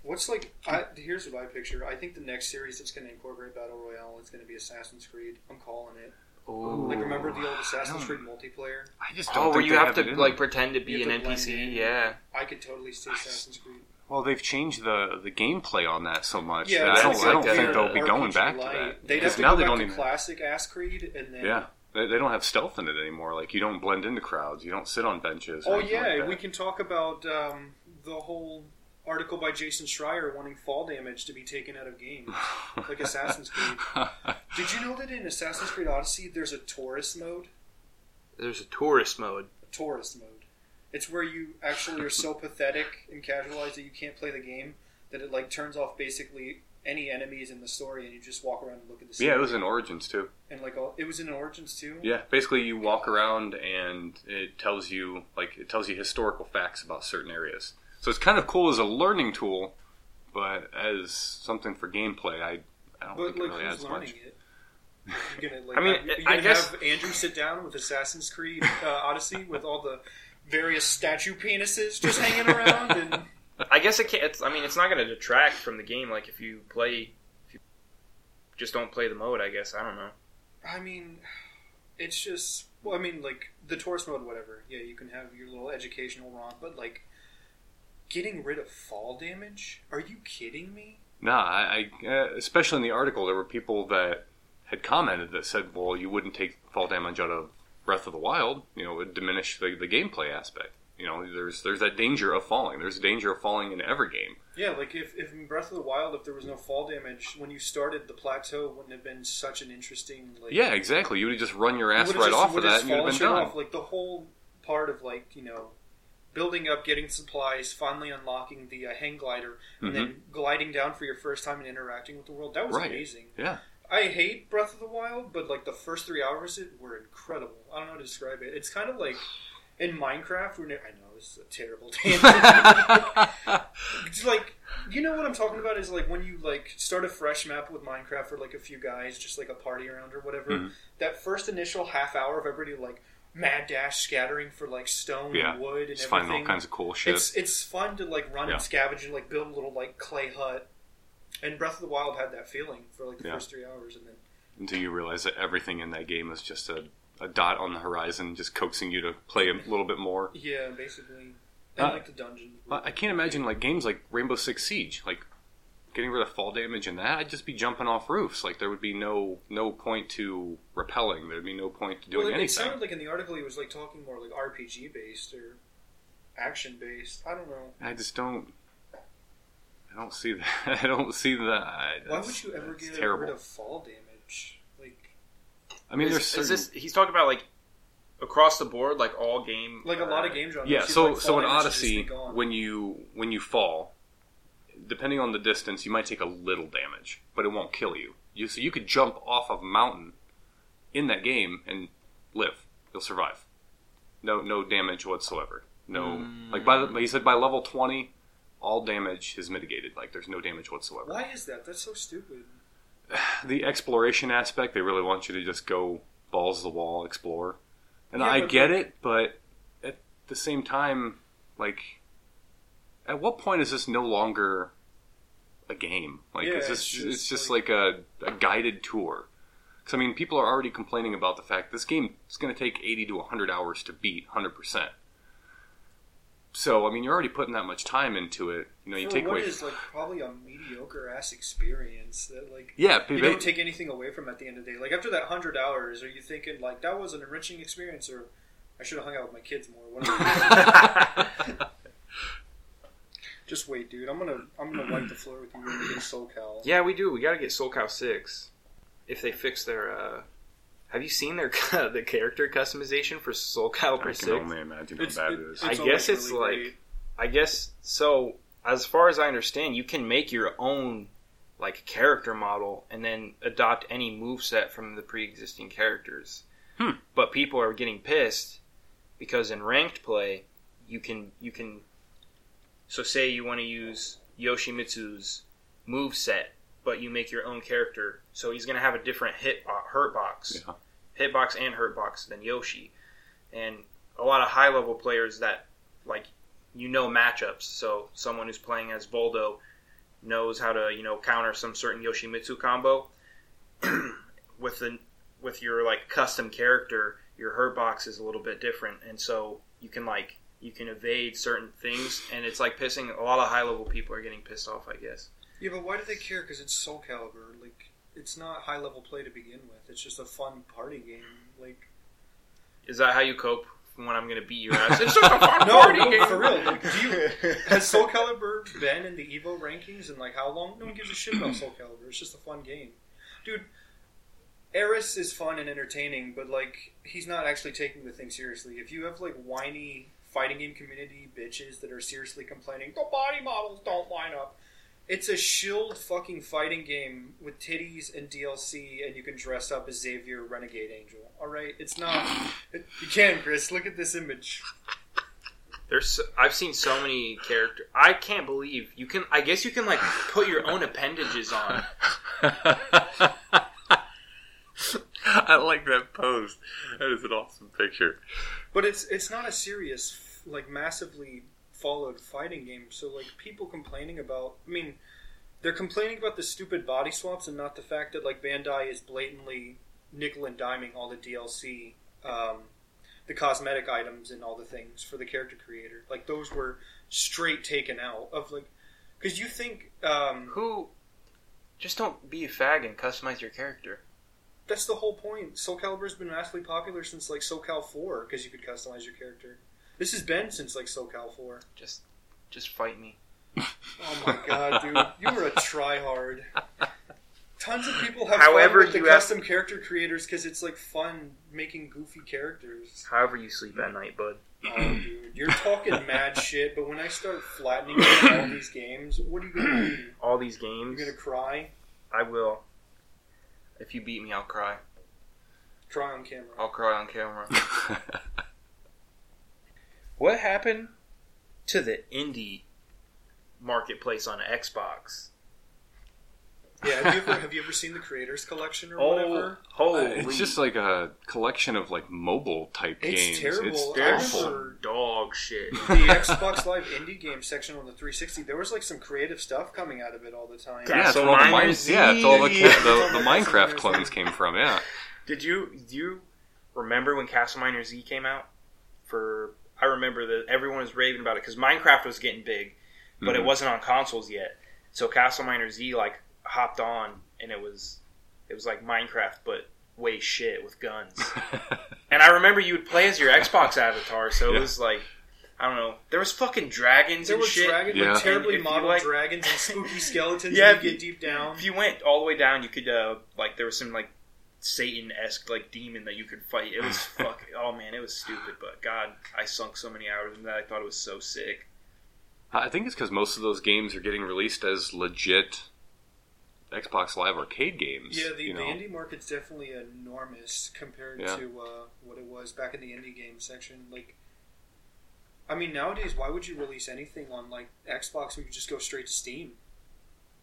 C: What's like? I, here's what I picture. I think the next series that's going to incorporate battle royale is going to be Assassin's Creed. I'm calling it. Like, remember the old Assassin's
B: I
C: Creed multiplayer?
B: I just don't.
A: Oh, where
B: think
A: you
B: they
A: have to
B: it in
A: like
B: them.
A: pretend to be
C: You
A: an
C: have to blend in.
A: NPC. Yeah,
C: I could totally see Assassin's Creed.
B: Well, they've changed the the gameplay on that so much.
C: Yeah,
B: that
A: it's
B: I don't,
A: like
B: I don't
A: that
B: think
A: they're
B: they'll be
C: RPG
B: going back
C: light.
B: to that.
C: They'd have
B: Because
C: to
B: now
C: go
B: they
C: back
B: don't
C: to
B: even.
C: classic ass Creed, and then
B: Yeah, they, they don't have stealth in it anymore. Like you don't blend into crowds. You don't sit on benches. or
C: Oh
B: anything
C: yeah,
B: like that.
C: we can talk about um, the whole article by Jason Schreier wanting fall damage to be taken out of games, like Assassin's Creed. Did you know that in Assassin's Creed Odyssey there's a tourist mode?
A: there's a tourist mode.
C: A tourist mode. It's where you actually are so pathetic and casualized that you can't play the game that it like turns off basically any enemies in the story and you just walk around and look at the
B: yeah,
C: city.
B: it was in Origins too.
C: and like all, it was in Origins too.
B: Yeah, basically you walk around and it tells you like it tells you historical facts about certain areas. So it's kind of cool as a learning tool, but as something for gameplay, I, I don't
C: But
B: think
C: like
B: it really
C: who's
B: adds
C: learning
B: much.
C: it? You're gonna, like,
A: I mean,
C: have, you're
A: I
C: gonna
A: guess-
C: have Andrew sit down with Assassin's Creed uh, Odyssey with all the various statue penises just hanging around, and
A: I guess it can't. It's, I mean, it's not going to detract from the game. Like if you play, if you just don't play the mode. I guess I don't know.
C: I mean, it's just well, I mean, like the tourist mode, whatever. Yeah, you can have your little educational romp, but like getting rid of fall damage? Are you kidding me?
B: Nah, I, I uh, especially in the article, there were people that had commented that said, "Well, you wouldn't take fall damage out of Breath of the Wild. You know, it would diminish the, the gameplay aspect. You know, there's there's that danger of falling. There's a danger of falling in every game.
C: Yeah, like if, if in Breath of the Wild, if there was no fall damage when you started, the plateau wouldn't have been such an interesting like
B: Yeah, exactly. You would just run your ass
C: would've
B: right
C: just-
B: off of
C: would've
B: that,
C: just
B: and you'd have been
C: fallen
B: done.
C: straight off. Like the whole part of like you know, building up, getting supplies, finally unlocking the uh, hang glider, and then gliding down for your first time and interacting with the world. That was
B: Mm-hmm. Right.
C: amazing.
B: Yeah,
C: I hate Breath of the Wild, but like the first three hours it were incredible. I don't know how to describe it. It's kind of like in Minecraft. When it- I know this is a terrible tangent. It's like you know what I'm talking about is like when you like start a fresh map with Minecraft for like a few guys, just like a party around or whatever.
B: Mm-hmm.
C: That first initial half hour of everybody like mad dash scattering for like stone,
B: Yeah.
C: and wood, and
B: just
C: everything.
B: finding all kinds of cool shit.
C: It's it's fun to like run and
B: Yeah.
C: scavenge and like build a little like clay hut. And Breath of the Wild had that feeling for like the
B: Yeah.
C: first three hours, and then
B: until you realize that everything in that game is just a, a dot on the horizon, just coaxing you to play a little bit more.
C: yeah, basically, and
B: Uh,
C: like the dungeons.
B: I I can't imagine like games like Rainbow Six Siege, like getting rid of fall damage and that. I'd just be jumping off roofs. Like there would be no no point to repelling. There'd be no point to doing
C: well, it, it
B: anything.
C: sounded like in the article he was like talking more like RPG based or action based. I don't know.
B: I just don't. I don't see that. I don't see that. I-
C: Why
B: that's-
C: would you ever
B: that's
C: get
B: terrible.
C: rid of fall damage? Like,
B: I mean,
A: is,
B: there's certain.
A: is this? He's talking about like across the board, like all game, uh,
C: like a lot of game genres.
B: yeah.
C: you'd,
B: So
C: like,
B: so
C: fall
B: in
C: damage and just be
B: Odyssey,
C: gone.
B: when you when you fall, depending on the distance, you might take a little damage, but it won't kill you. You so you could jump off of a mountain in that game and live. You'll survive. No no damage whatsoever. No like by the, he said by level twenty, all damage is mitigated. Like there's no damage whatsoever.
C: Why is that? That's so stupid.
B: The exploration aspect, they really want you to just go balls to the wall, explore. And
C: Yeah,
B: I
C: but-
B: get it, but at the same time, like, at what point is this no longer a game? Like,
C: Yeah,
B: is this,
C: it's
B: it's
C: just
B: just, like, a, a guided tour. Because, I mean, people are already complaining about the fact this game is going to take 80 to 100 hours to beat 100%. So, I mean, you're already putting that much time into it. You know, you
C: For
B: take
C: what
B: away.
C: is, like probably a mediocre ass experience that like
B: yeah,
C: you
B: they-
C: don't take anything away from at the end of the day. Like after that hundred hours, are you thinking like that was an enriching experience, or I should have hung out with my kids more? Whatever. Just wait, dude. I'm gonna I'm gonna wipe the floor with you when we get SoCal.
A: Yeah, we do. We got to get Soul Cow Six if they fix their. uh Have you seen their the character customization for Soul Calibur
B: I
A: Six?
B: can only imagine how bad it is.
A: I guess it's like- I guess so. As far as I understand, you can make your own like character model and then adopt any moveset from the pre-existing characters.
B: Hmm.
A: But people are getting pissed because in ranked play, you can you can. So say you want to use Yoshimitsu's move set, but you make your own character, so he's going to have a different hit bo- hurt box
B: Yeah.
A: hitbox and hurtbox than Yoshi. And a lot of high level players that like you know matchups. So someone who's playing as Voldo knows how to, you know, counter some certain Yoshimitsu combo with the with your like custom character, your hurtbox is a little bit different and so you can like you can evade certain things and it's like pissing a lot of high level people are getting pissed off, I guess.
C: Yeah, but why do they care? Because it's Soul Calibur. Like, it's not high level play to begin with. It's just a fun party game. Like,
A: Is that how you cope when I'm gonna beat your ass? It's just a fun
C: no,
A: party
C: no,
A: game.
C: for real. Like, do you has Soul Calibur been in the Evo rankings and like how long? No one gives a shit about Soul Calibur. It's just a fun game, dude. Eris is fun and entertaining, but like he's not actually taking the thing seriously. If you have like whiny fighting game community bitches that are seriously complaining, the body models don't line up. It's a shilled fucking fighting game with titties and DLC, and you can dress up as Xavier Renegade Angel. All right, it's not. you can, Chris. Look at this image.
A: There's so, I've seen so many character. I can't believe you can. I guess you can like put your own appendages on.
B: I like that post. That is an awesome picture.
C: But it's it's not a serious, like massively followed fighting game. So like people complaining about, I mean, they're complaining about the stupid body swaps and not the fact that like Bandai is blatantly nickel and diming all the DLC, um, the cosmetic items and all the things for the character creator. Like those were straight taken out of like, because you think um,
A: Who? Just don't be a fag and customize your character.
C: that's the whole point. Soul Calibur's been massively popular since like SoCal Four because you could customize your character. This has been since like SoCal Four.
A: Just, just fight me.
C: Oh my god, dude! You were a tryhard. Tons of people have
A: However,
C: fun with the
A: you have-
C: custom character creators because it's like fun making goofy characters.
A: However you sleep at night, bud.
C: Oh, dude, you're talking mad shit. But when I start flattening you in all these games, what are you gonna do?
A: All these
C: You're
A: games,
C: gonna cry?
A: I will. If you beat me, I'll cry.
C: Cry on camera.
A: I'll cry on camera. What happened to the indie marketplace on Xbox?
C: Yeah. Have you ever, have you ever seen the creators collection or
A: Oh,
C: whatever?
A: holy!
B: it's just like a collection of like mobile type
C: It's
B: games.
C: terrible.
B: It's
C: I
A: there's
B: awful.
C: remember-
A: some dog shit.
C: The Xbox Live indie game section on the 360. There was like some creative stuff coming out of it all the time.
A: Yeah,
B: Yeah, it's
A: so
B: all the
A: mine
B: mine-
A: is
B: yeah, it's all the,
A: easy.
B: the, the Minecraft clones came from. Yeah,
A: Did you do you remember when Castle Miner Z came out? For I remember that everyone was raving about it because Minecraft was getting big, but it
B: Mhm.
A: wasn't on consoles yet. So Castle Miner Z like hopped on, and it was it was like Minecraft, but way shit with guns.
B: Mm-hmm.
A: and I remember you would play as your Xbox avatar, so
B: Yeah.
A: it was like I don't know. There was fucking dragons
C: There
A: and
C: were
A: shit.
C: dragon,
B: Yeah.
C: like, terribly
A: And if you
C: modeled
A: like-
C: dragons and spooky skeletons.
A: Yeah,
C: yeah, you
A: if you-
C: get deep down.
A: If you went all the way down, you could uh, like there was some like Satan esque like demon that you could fight. It was fuck. Oh man, it was stupid. But God, I sunk so many hours in that. I thought it was so sick.
B: I think it's because most of those games are getting released as legit Xbox Live Arcade games.
C: Yeah, the,
B: you
C: the
B: know?
C: indie market's definitely enormous compared
B: Yeah.
C: to uh, what it was back in the indie game section. Like, I mean, nowadays, why would you release anything on like Xbox when you just go straight to Steam?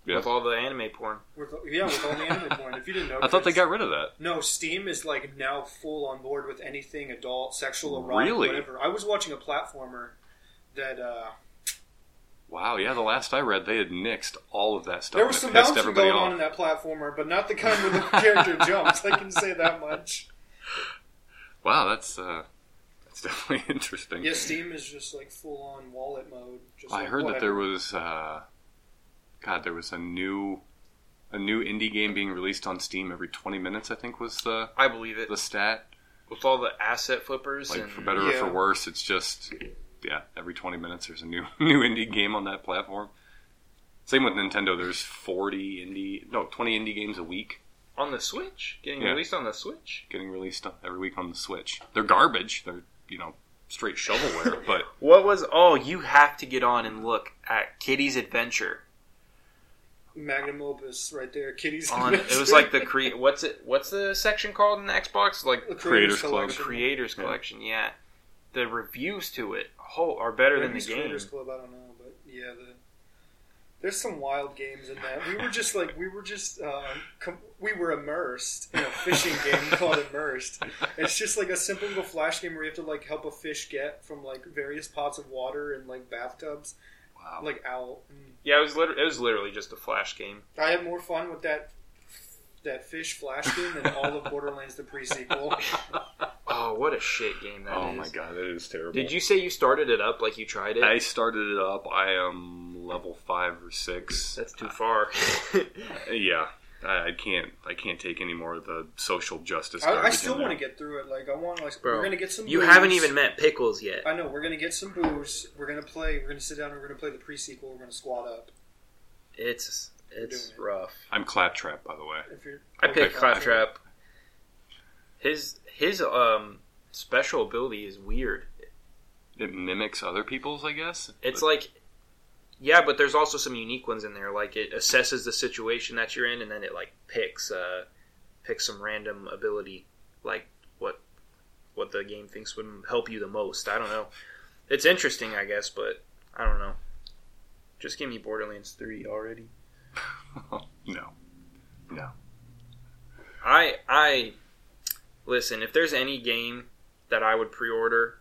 B: Yeah.
A: With all the anime porn.
C: With, yeah, with all the anime porn. If you didn't know,
B: I thought they
C: Chris-
B: got rid of that.
C: No, Steam is like now full on board with anything adult, sexual, erotic,
B: Really?
C: whatever. I was watching a platformer that uh,
B: Wow, yeah, the last I read, they had nixed all of that stuff.
C: there
B: and
C: was
B: it
C: some
B: pissed
C: bouncing
B: everybody
C: going on
B: off.
C: in that platformer, but not the kind where the character jumps. I can say that much.
B: Wow, that's uh, that's definitely interesting.
C: Yeah, Steam is just like full on wallet mode. Just
B: I
C: like,
B: heard that there
C: whatever.
B: was, uh, God, there was a new a new indie game being released on Steam every 20 minutes. I think was the
A: I believe it.
B: the stat.
A: With all the asset flippers
B: Like
A: and
B: for better or for
C: Yeah.
B: worse, it's just yeah, every 20 minutes there's a new new indie game on that platform. Same with Nintendo. There's 40 indie, no, 20 indie games a week
A: on the Switch, getting
B: Yeah.
A: released on the Switch.
B: getting released every week on the Switch. They're garbage. They're you know straight shovelware, but
A: What was? Oh, you have to get on and look at Kitty's Adventure.
C: magnum opus right there. Kitty's
A: On it was like the cre- What's it? What's the section called in the Xbox? Like
C: The
B: Creators Club.
A: the
C: Collection.
A: Creators
B: Yeah.
A: Collection. Yeah, the reviews to it oh, are better than
C: Maybe
A: the
C: it's
A: game.
C: Creators Club, I don't know, but yeah, the, there's some wild games in that. We were just like we were just uh, com- we were immersed in a fishing game called Immersed. It's just like a simple little flash game where you have to like help a fish get from like various pots of water and like bathtubs
B: wow,
C: like out. And
A: Yeah, it was. Liter- it was literally just a flash game.
C: I had more fun with that that fish flash game than all of Borderlands the prequel.
A: Oh, what a shit game that is!
B: oh my god, that is terrible.
A: Did you say you started it up like you tried it?
B: I started it up. I am level five or six.
A: That's too far.
B: Yeah, I, I can't. I can't take any more of the social justice.
C: I, I
B: garbage
C: still
B: in there.
C: want to get through it. Like I want like
A: Bro,
C: we're gonna get some.
A: you
C: booze.
A: haven't even met Pickles yet.
C: I know we're gonna get some booze. We're gonna play. We're gonna sit down. and We're gonna play the pre-sequel. We're gonna squat up.
A: It's it's
C: doing it.
A: rough.
B: I'm claptrap, by the way.
C: If you're,
A: I picked
C: Okay.
A: Claptrap. His his um special ability is weird.
B: It mimics other people's, I guess.
A: It's like yeah, but there's also some unique ones in there. Like it assesses the situation that you're in, and then it like picks uh picks some random ability, like what what the game thinks would help you the most. I don't know. It's interesting, I guess, but I don't know. Just give me Borderlands three already.
B: no.
A: I I listen. If there's any game that I would pre-order,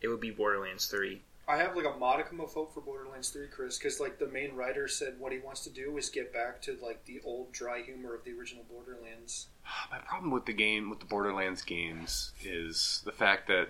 A: it would be Borderlands Three.
C: I have like a modicum of hope for Borderlands Three, Chris, because like the main writer said, what he wants to do is get back to like the old dry humor of the original Borderlands.
B: My problem with the game, with the Borderlands games, is the fact that.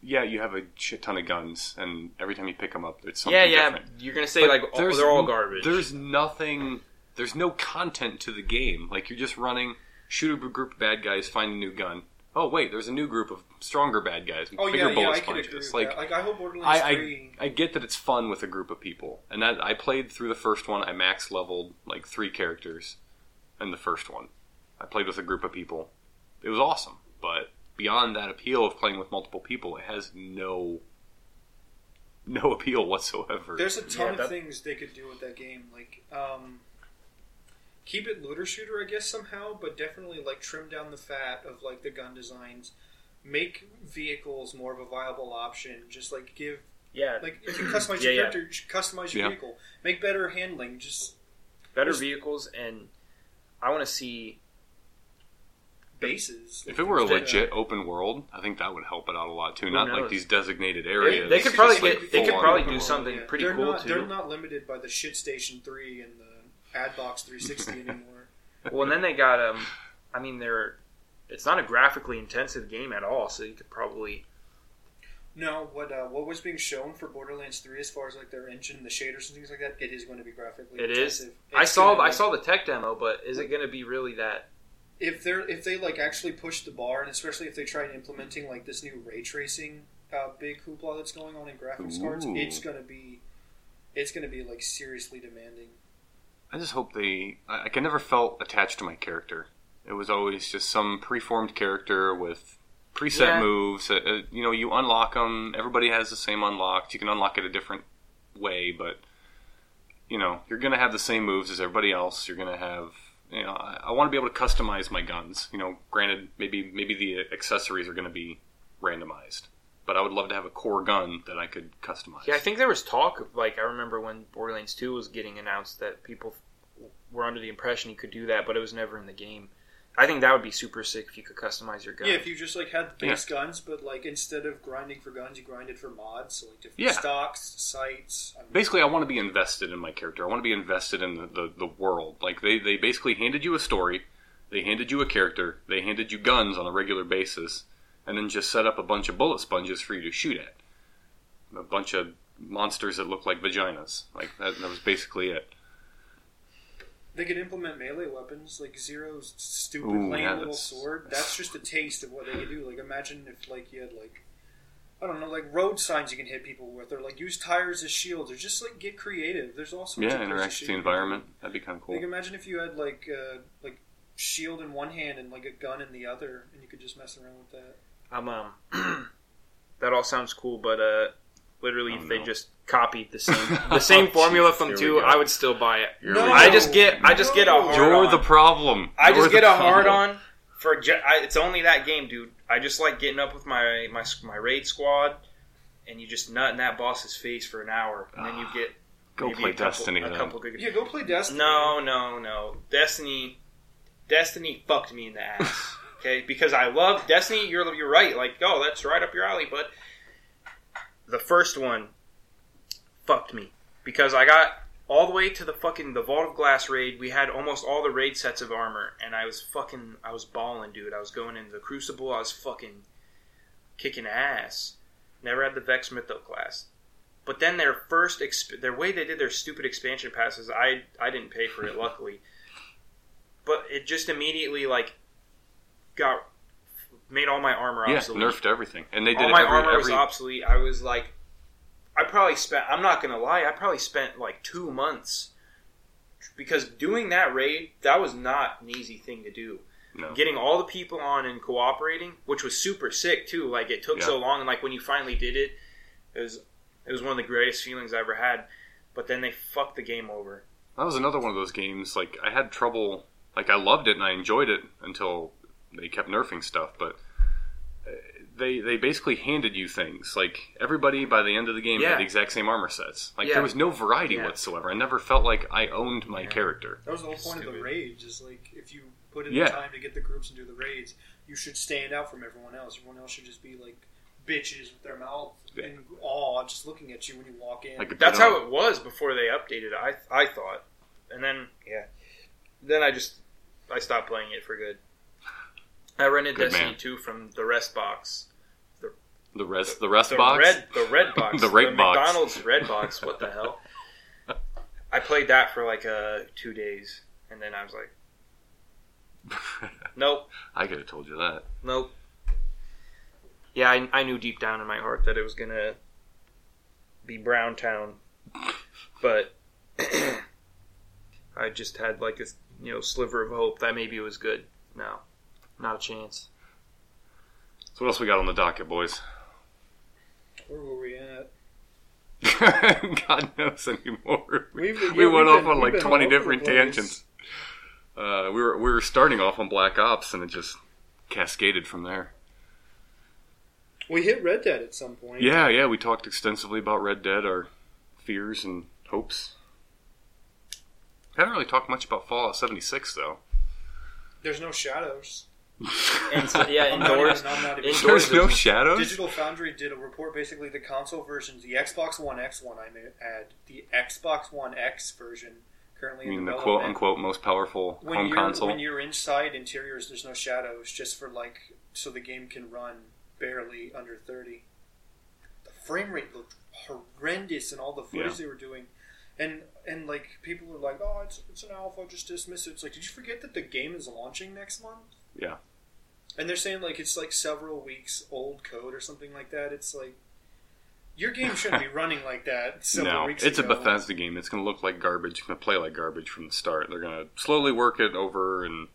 B: Yeah, you have a shit ton of guns, and every time you pick them up, it's something
A: yeah, yeah.
B: different.
A: You're gonna say like all,
B: there's
A: they're all
B: n-
A: garbage.
B: There's nothing. There's no content to the game. Like you're just running, shoot a group of bad guys, find a new gun. Oh wait, there's a new group of stronger bad guys with
C: Oh
B: bigger
C: yeah, yeah,
B: bullet
C: I could agree.
B: sponges.
C: With
B: Like
C: that. like I hope Borderlands
B: I, I
C: Three.
B: I get that it's fun with a group of people, and that I played through the first one. I max leveled like three characters in the first one. I played with a group of people. It was awesome, but beyond that appeal of playing with multiple people, it has no no appeal whatsoever.
C: There's a ton
A: Yeah, that-
C: of things they could do with that game. Like, um, keep it looter shooter, I guess, somehow, but definitely like trim down the fat of like the gun designs. Make vehicles more of a viable option. Just like give
A: yeah,
C: like if you customize
A: Yeah,
C: your
A: yeah.
C: character, you should customize your
B: Yeah.
C: vehicle, make better handling. Just
A: better
C: there's-
A: vehicles, and I want to see.
C: bases.
B: If it were a
A: Yeah.
B: legit open world, I think that would help it out a lot too.
A: Who
B: Not like
A: knows?
B: these designated
A: They,
B: areas.
A: they could probably
B: Just, like,
A: get. They could
B: full-on
A: probably
B: open
A: do
B: world.
A: something
C: Yeah.
A: pretty
C: they're
A: cool
C: not, They're
A: too.
C: not limited by the shit station three and the AdBox 360 anymore.
A: Well, and then they got um. I mean, they're. It's not a graphically intensive game at all, so you could probably.
C: No, what uh, what was being shown for Borderlands three as far as like their engine, the shaders and things like that, it is going to be graphically.
A: It is.
C: intensive.
A: I
C: It's
A: saw.
C: gonna
A: I
C: be-
A: saw the tech demo, but is it going to be really that?
C: if they're if they like actually push the bar, and especially if they try implementing like this new ray tracing uh, big hoopla that's going on in graphics cards,
B: Ooh.
C: it's gonna be it's gonna be like seriously demanding.
B: I just hope they. I, like, I never felt attached to my character. It was always just some preformed character with preset
A: Yeah.
B: moves. Uh, uh, you know, you unlock them. Everybody has the same unlocked. You can unlock it a different way, but you know, you're gonna have the same moves as everybody else. You're gonna have. You know, I, I want to be able to customize my guns. You know, granted, maybe maybe the accessories are going to be randomized, but I would love to have a core gun that I could customize.
A: Yeah, I think there was talk. Of, like I remember when Borderlands Two was getting announced that people were under the impression you could do that, but it was never in the game. I think that would be super sick if you could customize your gun.
C: Yeah, if you just like had the base guns, but like instead of grinding for guns, you grinded for mods, so like different
B: Yeah.
C: stocks, sites. I mean,
B: basically I want to be invested in my character. I want to be invested in the, the, the world. Like they, they basically handed you a story, they handed you a character, they handed you guns on a regular basis, and then just set up a bunch of bullet sponges for you to shoot at. A bunch of monsters that look like vaginas. Like that, that was basically it.
C: they could implement melee weapons like Zero's stupid
B: Ooh,
C: lame
B: yeah,
C: little
B: that's-
C: sword. That's just a taste of what they could do. Like imagine if like you had like I don't know, like road signs you can hit people with, or like use tires as shields, or just like get creative. There's all sorts
B: Yeah,
C: of
B: interact
C: interacts
B: with the environment. That'd be kind of
C: Like
B: cool.
C: imagine if you had like uh, like shield in one hand and like a gun in the other, and you could just mess around with that.
A: I'm um, that all sounds cool, but uh, literally,
B: Oh,
A: if they
B: no.
A: just copied the same the same formula from
B: Here we
A: two,
B: go.
A: I would still buy it.
B: Here
C: No,
B: we go.
A: I just get I just get a
C: No.
A: hard
B: You're
A: on.
B: the problem.
A: I
B: You're
A: just get
B: the
A: a hard on
B: problem.
A: for ju- I, it's only that game, dude. I just like getting up with my my my raid squad, and you just nut in that boss's face for an hour, and then you get
B: Ah, Go
A: maybe
B: play
A: a couple,
B: Destiny.
A: A
B: then.
A: couple good.
C: Yeah, go play Destiny.
A: No, no, no. Destiny, Destiny fucked me in the ass. Okay, because I love Destiny. You're you're right. Like, oh, that's right up your alley. But the first one fucked me because I got all the way to the fucking the Vault of Glass raid. We had almost all the raid sets of armor, and I was fucking I was balling, dude. I was going into the Crucible. I was fucking kicking ass. Never had the Vex Mytho class. But then their first exp- their way they did their stupid expansion passes, I I didn't pay for it luckily. But it just immediately like got made all my armor
B: Yeah,
A: obsolete.
B: nerfed everything, and they did
A: all
B: it
A: my
B: every,
A: armor was
B: every-
A: obsolete. I was like I probably spent I'm not going to lie, I probably spent like 2 months because doing that raid, that was not an easy thing to do
B: no.
A: getting all the people on and cooperating, which was super sick too. Like it took
B: Yeah.
A: so long, and like when you finally did it, it was it was one of the greatest feelings I ever had. But then they fucked the game over.
B: That was another one of those games. Like I had trouble. Like I loved it and I enjoyed it until they kept nerfing stuff. But uh, they they basically handed you things. Like everybody by the end of the game
A: Yeah.
B: had the exact same armor sets. Like
A: Yeah.
B: there was no variety
A: Yeah.
B: whatsoever. I never felt like I owned my
A: Yeah.
B: character.
C: That was the whole point of the
A: Stupid.
C: raids. Is like if you put in
B: Yeah.
C: the time to get the groups and do the raids, you should stand out from everyone else. Everyone else should just be like bitches with their mouth
B: Yeah.
C: in awe, just looking at you when you walk in.
B: Like a
A: That's
B: you know,
A: how it was before they updated. it, I I thought, and then yeah, then I just I stopped playing it for good. I rented
B: Good
A: Destiny
B: man.
A: two from the rest box.
B: the rest the rest
A: the
B: box.
A: red the red box
B: The rape box.
A: McDonald's red box what the hell I played that for like uh, two days and then I was like nope
B: I could have told you that.
A: nope yeah I, I knew deep down in my heart that it was gonna be Brown Town but I just had like this you know sliver of hope that maybe it was good no not a chance
B: So what else we got on the docket, boys?
C: Where were we at?
B: God knows anymore. We,
C: We've-
B: we
C: yeah,
B: went
C: we've
B: off
C: been-
B: on
C: we've
B: like
C: been all
B: twenty
C: over the
B: different
C: place.
B: tangents. Uh, we were we were starting off on Black Ops, and it just cascaded from there.
C: We hit Red Dead at some point.
B: Yeah, yeah, we talked extensively about Red Dead, our fears and hopes. Haven't really talked much about Fallout seventy six though.
C: There's no shadows.
A: and so, yeah
C: I'm not
A: indoors
C: even- I'm not even-
A: Indoors.
B: There's no
A: is-
B: shadows.
C: Digital Foundry did a report basically the console version, the Xbox One X one I may add, the Xbox One X version currently
B: I mean,
C: in
B: the
C: development.
B: quote unquote most powerful
C: when
B: home
C: you're,
B: console.
C: When you're inside interiors, there's no shadows, just for like so the game can run barely under thirty. The frame rate looked horrendous in all the footage
B: Yeah.
C: they were doing, and and like people were like, "Oh, it's it's an alpha, just dismiss it." It's like, did you forget that the game is launching next month?
B: Yeah.
C: And they're saying like it's like several weeks old code or something like that. It's like your game shouldn't be running like that. Several
B: No,
C: weeks
B: it's a
C: ago.
B: Bethesda game. It's going to look like garbage. It's going to play like garbage from the start. They're going to slowly work it over, and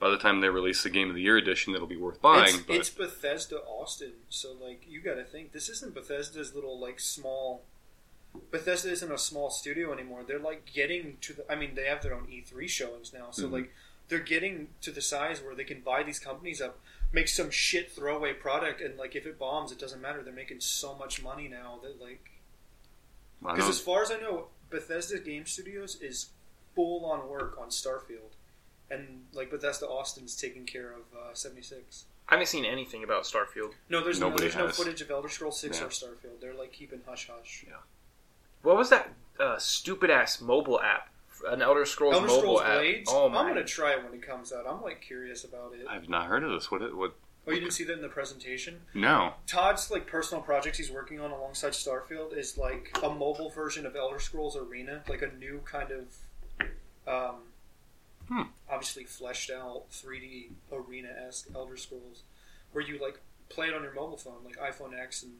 B: by the time they release the Game of the Year edition, it'll be worth buying.
C: It's,
B: but
C: it's Bethesda Austin, so like you got to think this isn't Bethesda's little like small. Bethesda isn't a small studio anymore. They're like getting to the. I mean, they have their own E3 E showings now, so
B: Mhm.
C: like they're getting to the size where they can buy these companies up. make some shit throwaway product, and like if it bombs, it doesn't matter. They're making so much money now that like
B: I
C: because
B: know.
C: as far as I know, Bethesda Game Studios is full on work on Starfield, and like Bethesda Austin's taking care of uh, seventy six.
A: I haven't seen anything about Starfield.
C: No,
B: Nobody
C: there's no, there's no
B: has.
C: footage of Elder Scrolls Six
B: Yeah.
C: or Starfield. They're like keeping hush hush.
A: What was that uh, stupid ass mobile app? An Elder Scrolls
C: Elder
A: mobile
C: Scrolls
A: app.
C: Blades.
A: Oh my!
C: I'm gonna try it when it comes out. I'm like curious about it.
B: I've not heard of this. What? What?
C: oh, you didn't see that in the presentation?
B: No.
C: Todd's like personal projects he's working on alongside Starfield is like a mobile version of Elder Scrolls Arena, like a new kind of, um,
B: Hmm.
C: obviously fleshed out 3D arena esque Elder Scrolls, where you like play it on your mobile phone, like iPhone X and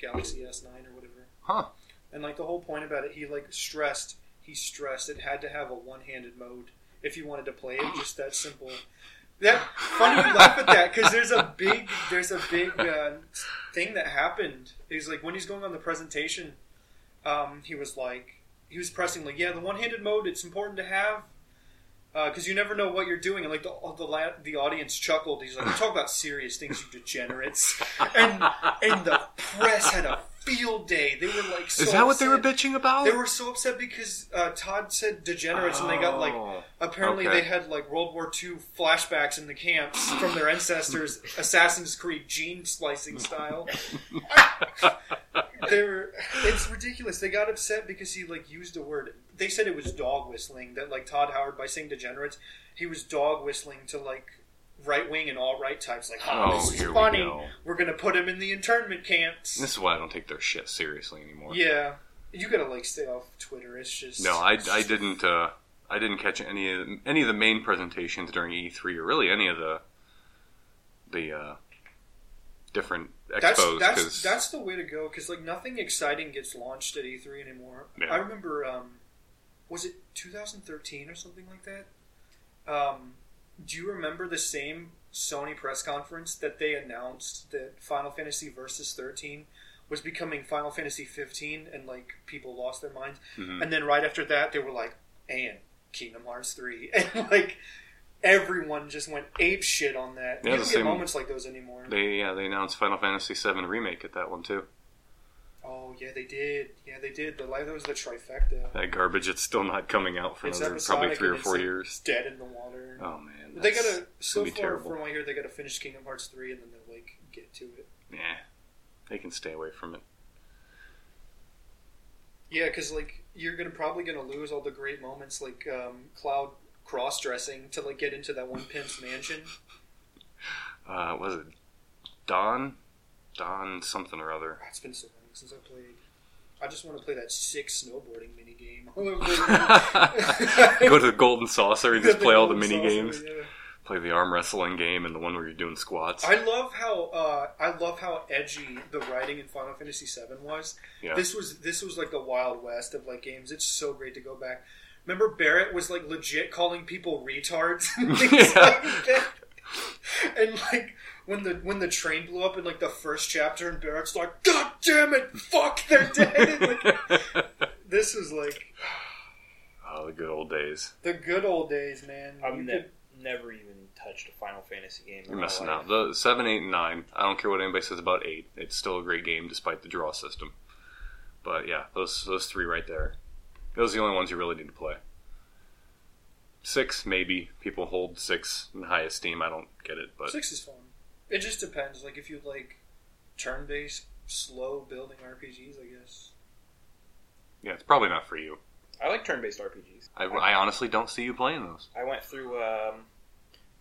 C: Galaxy S9 or whatever.
B: Huh.
C: And like the whole point about it, he like stressed, he stressed it had to have a one handed mode if you wanted to play it, just that simple. That funny you laugh at that because there's a big there's a big uh, thing that happened. Is like when he's going on the presentation, um, he was like he was pressing like yeah the one handed mode it's important to have because you never know what you're doing and like the the, la- the audience chuckled. He's like talk about serious things you degenerates and and the press had a field day. They were like so
B: Is that what they were
C: upset.
B: bitching about?
C: They were so upset because uh, Todd said degenerates, and they got like
B: Oh,
C: apparently
B: okay.
C: they had like World War II flashbacks in the camps from their ancestors, Assassin's Creed gene slicing style. they were, it's ridiculous. They got upset because he like used a word. They said it was dog whistling. That like Todd Howard by saying degenerates, he was dog whistling to like right wing and all right types. Like, oh,
B: Oh,
C: this is
B: here we
C: funny.
B: go.
C: We're gonna put him in the internment camps.
B: This is why I don't take their shit seriously anymore.
C: Yeah, you gotta like stay off Twitter. It's just
B: No, I,
C: it's
B: I
C: just-
B: didn't. Uh, I didn't catch any of any of the main presentations during E3, or really any of the the uh, different
C: That's
B: expos.
C: that's
B: 'cause-
C: that's the way to go because like nothing exciting gets launched at E3 anymore.
B: Yeah.
C: I remember, um, was it 2013 or something like that? Um, do you remember the same Sony press conference that they announced that Final Fantasy Versus 13 was becoming Final Fantasy 15, and like people lost their minds?
B: Mhm.
C: And then right after that, they were like, and Kingdom Hearts 3. And like, everyone just went ape shit on that.
B: Yeah,
C: you
B: the
C: don't
B: same-
C: get moments like those anymore.
B: they yeah they announced Final Fantasy VII remake at that one too.
C: oh, yeah, they did. Yeah, they did. The, like, that was the trifecta.
B: That garbage. It's still not coming out for
C: It's
B: another
C: episodic
B: probably three
C: and
B: or
C: it's
B: four
C: like
B: years.
C: Dead in the water.
B: Oh man,
C: they
B: that's
C: gotta, so
B: gonna be
C: far
B: terrible.
C: from what I hear, they gotta finish Kingdom Hearts 3 and then they'll like get to it.
B: yeah, they can stay away from it.
C: Yeah, because like, you're gonna probably gonna lose all the great moments like um, Cloud cross dressing to like get into that one pimp's mansion.
B: Uh, was it Don? Don something or other.
C: God, Ah, It's been so long since I played. I just want to play that sick snowboarding mini game. Go
B: Go to the Golden Saucer and just play all the mini games. Play the arm wrestling game and the one where you're doing squats.
C: I love how uh, I love how edgy the writing in Final Fantasy VII was.
B: Yeah.
C: This was this was like the Wild West of like games. It's so great to go back. Remember Barrett was like legit calling people retards and things
B: Yeah.
C: like that. And like when the when the train blew up in like the first chapter, and Barrett's like, "God damn it, fuck, they're dead." Like, this was like
B: oh, the good old days.
C: The good old days, man.
A: I've
C: You
A: ne-
C: could-
A: never even touched a Final Fantasy game. in
B: You're
A: my
B: messing
A: life.
B: up. The seven, eight, and nine. I don't care what anybody says about eight. It's still a great game despite the draw system. But yeah, those those three right there. Those are the only ones you really need to play. Six, maybe people hold six in high esteem. I don't get it, but
C: six is fun. It just depends. Like if you like turn-based, slow building RPGs, I guess.
B: yeah, it's probably not for you.
A: I like turn-based RPGs.
B: I, I honestly don't see you playing those.
A: I went through. Um,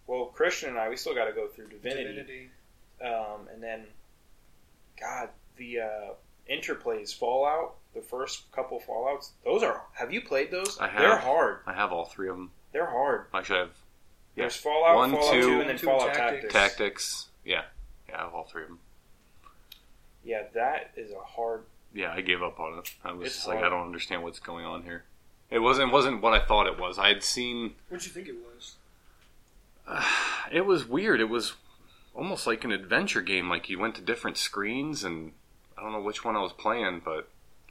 A: well, Christian and I, we still got to go through Divinity,
C: Divinity.
A: Um, and then, God, the uh, interplays Fallout. The first couple Fallout's, those are. Have you played those?
B: I have.
A: They're hard.
B: I have all three of them.
A: They're hard.
B: I should have Yeah.
A: There's Fallout,
B: One,
A: Fallout
B: two-
A: Two, and then
C: Two
A: Fallout
C: Tactics.
A: Tactics.
B: tactics. Yeah, yeah, I have all three of them.
A: Yeah, that is a hard.
B: yeah, I gave up on it. I was
A: It's
B: just like,
A: hard.
B: I don't understand what's going on here. It wasn't it wasn't what I thought it was. I had seen
C: What'd you think it was?
B: it was weird. It was almost like an adventure game. Like you went to different screens, and I don't know which one I was playing, but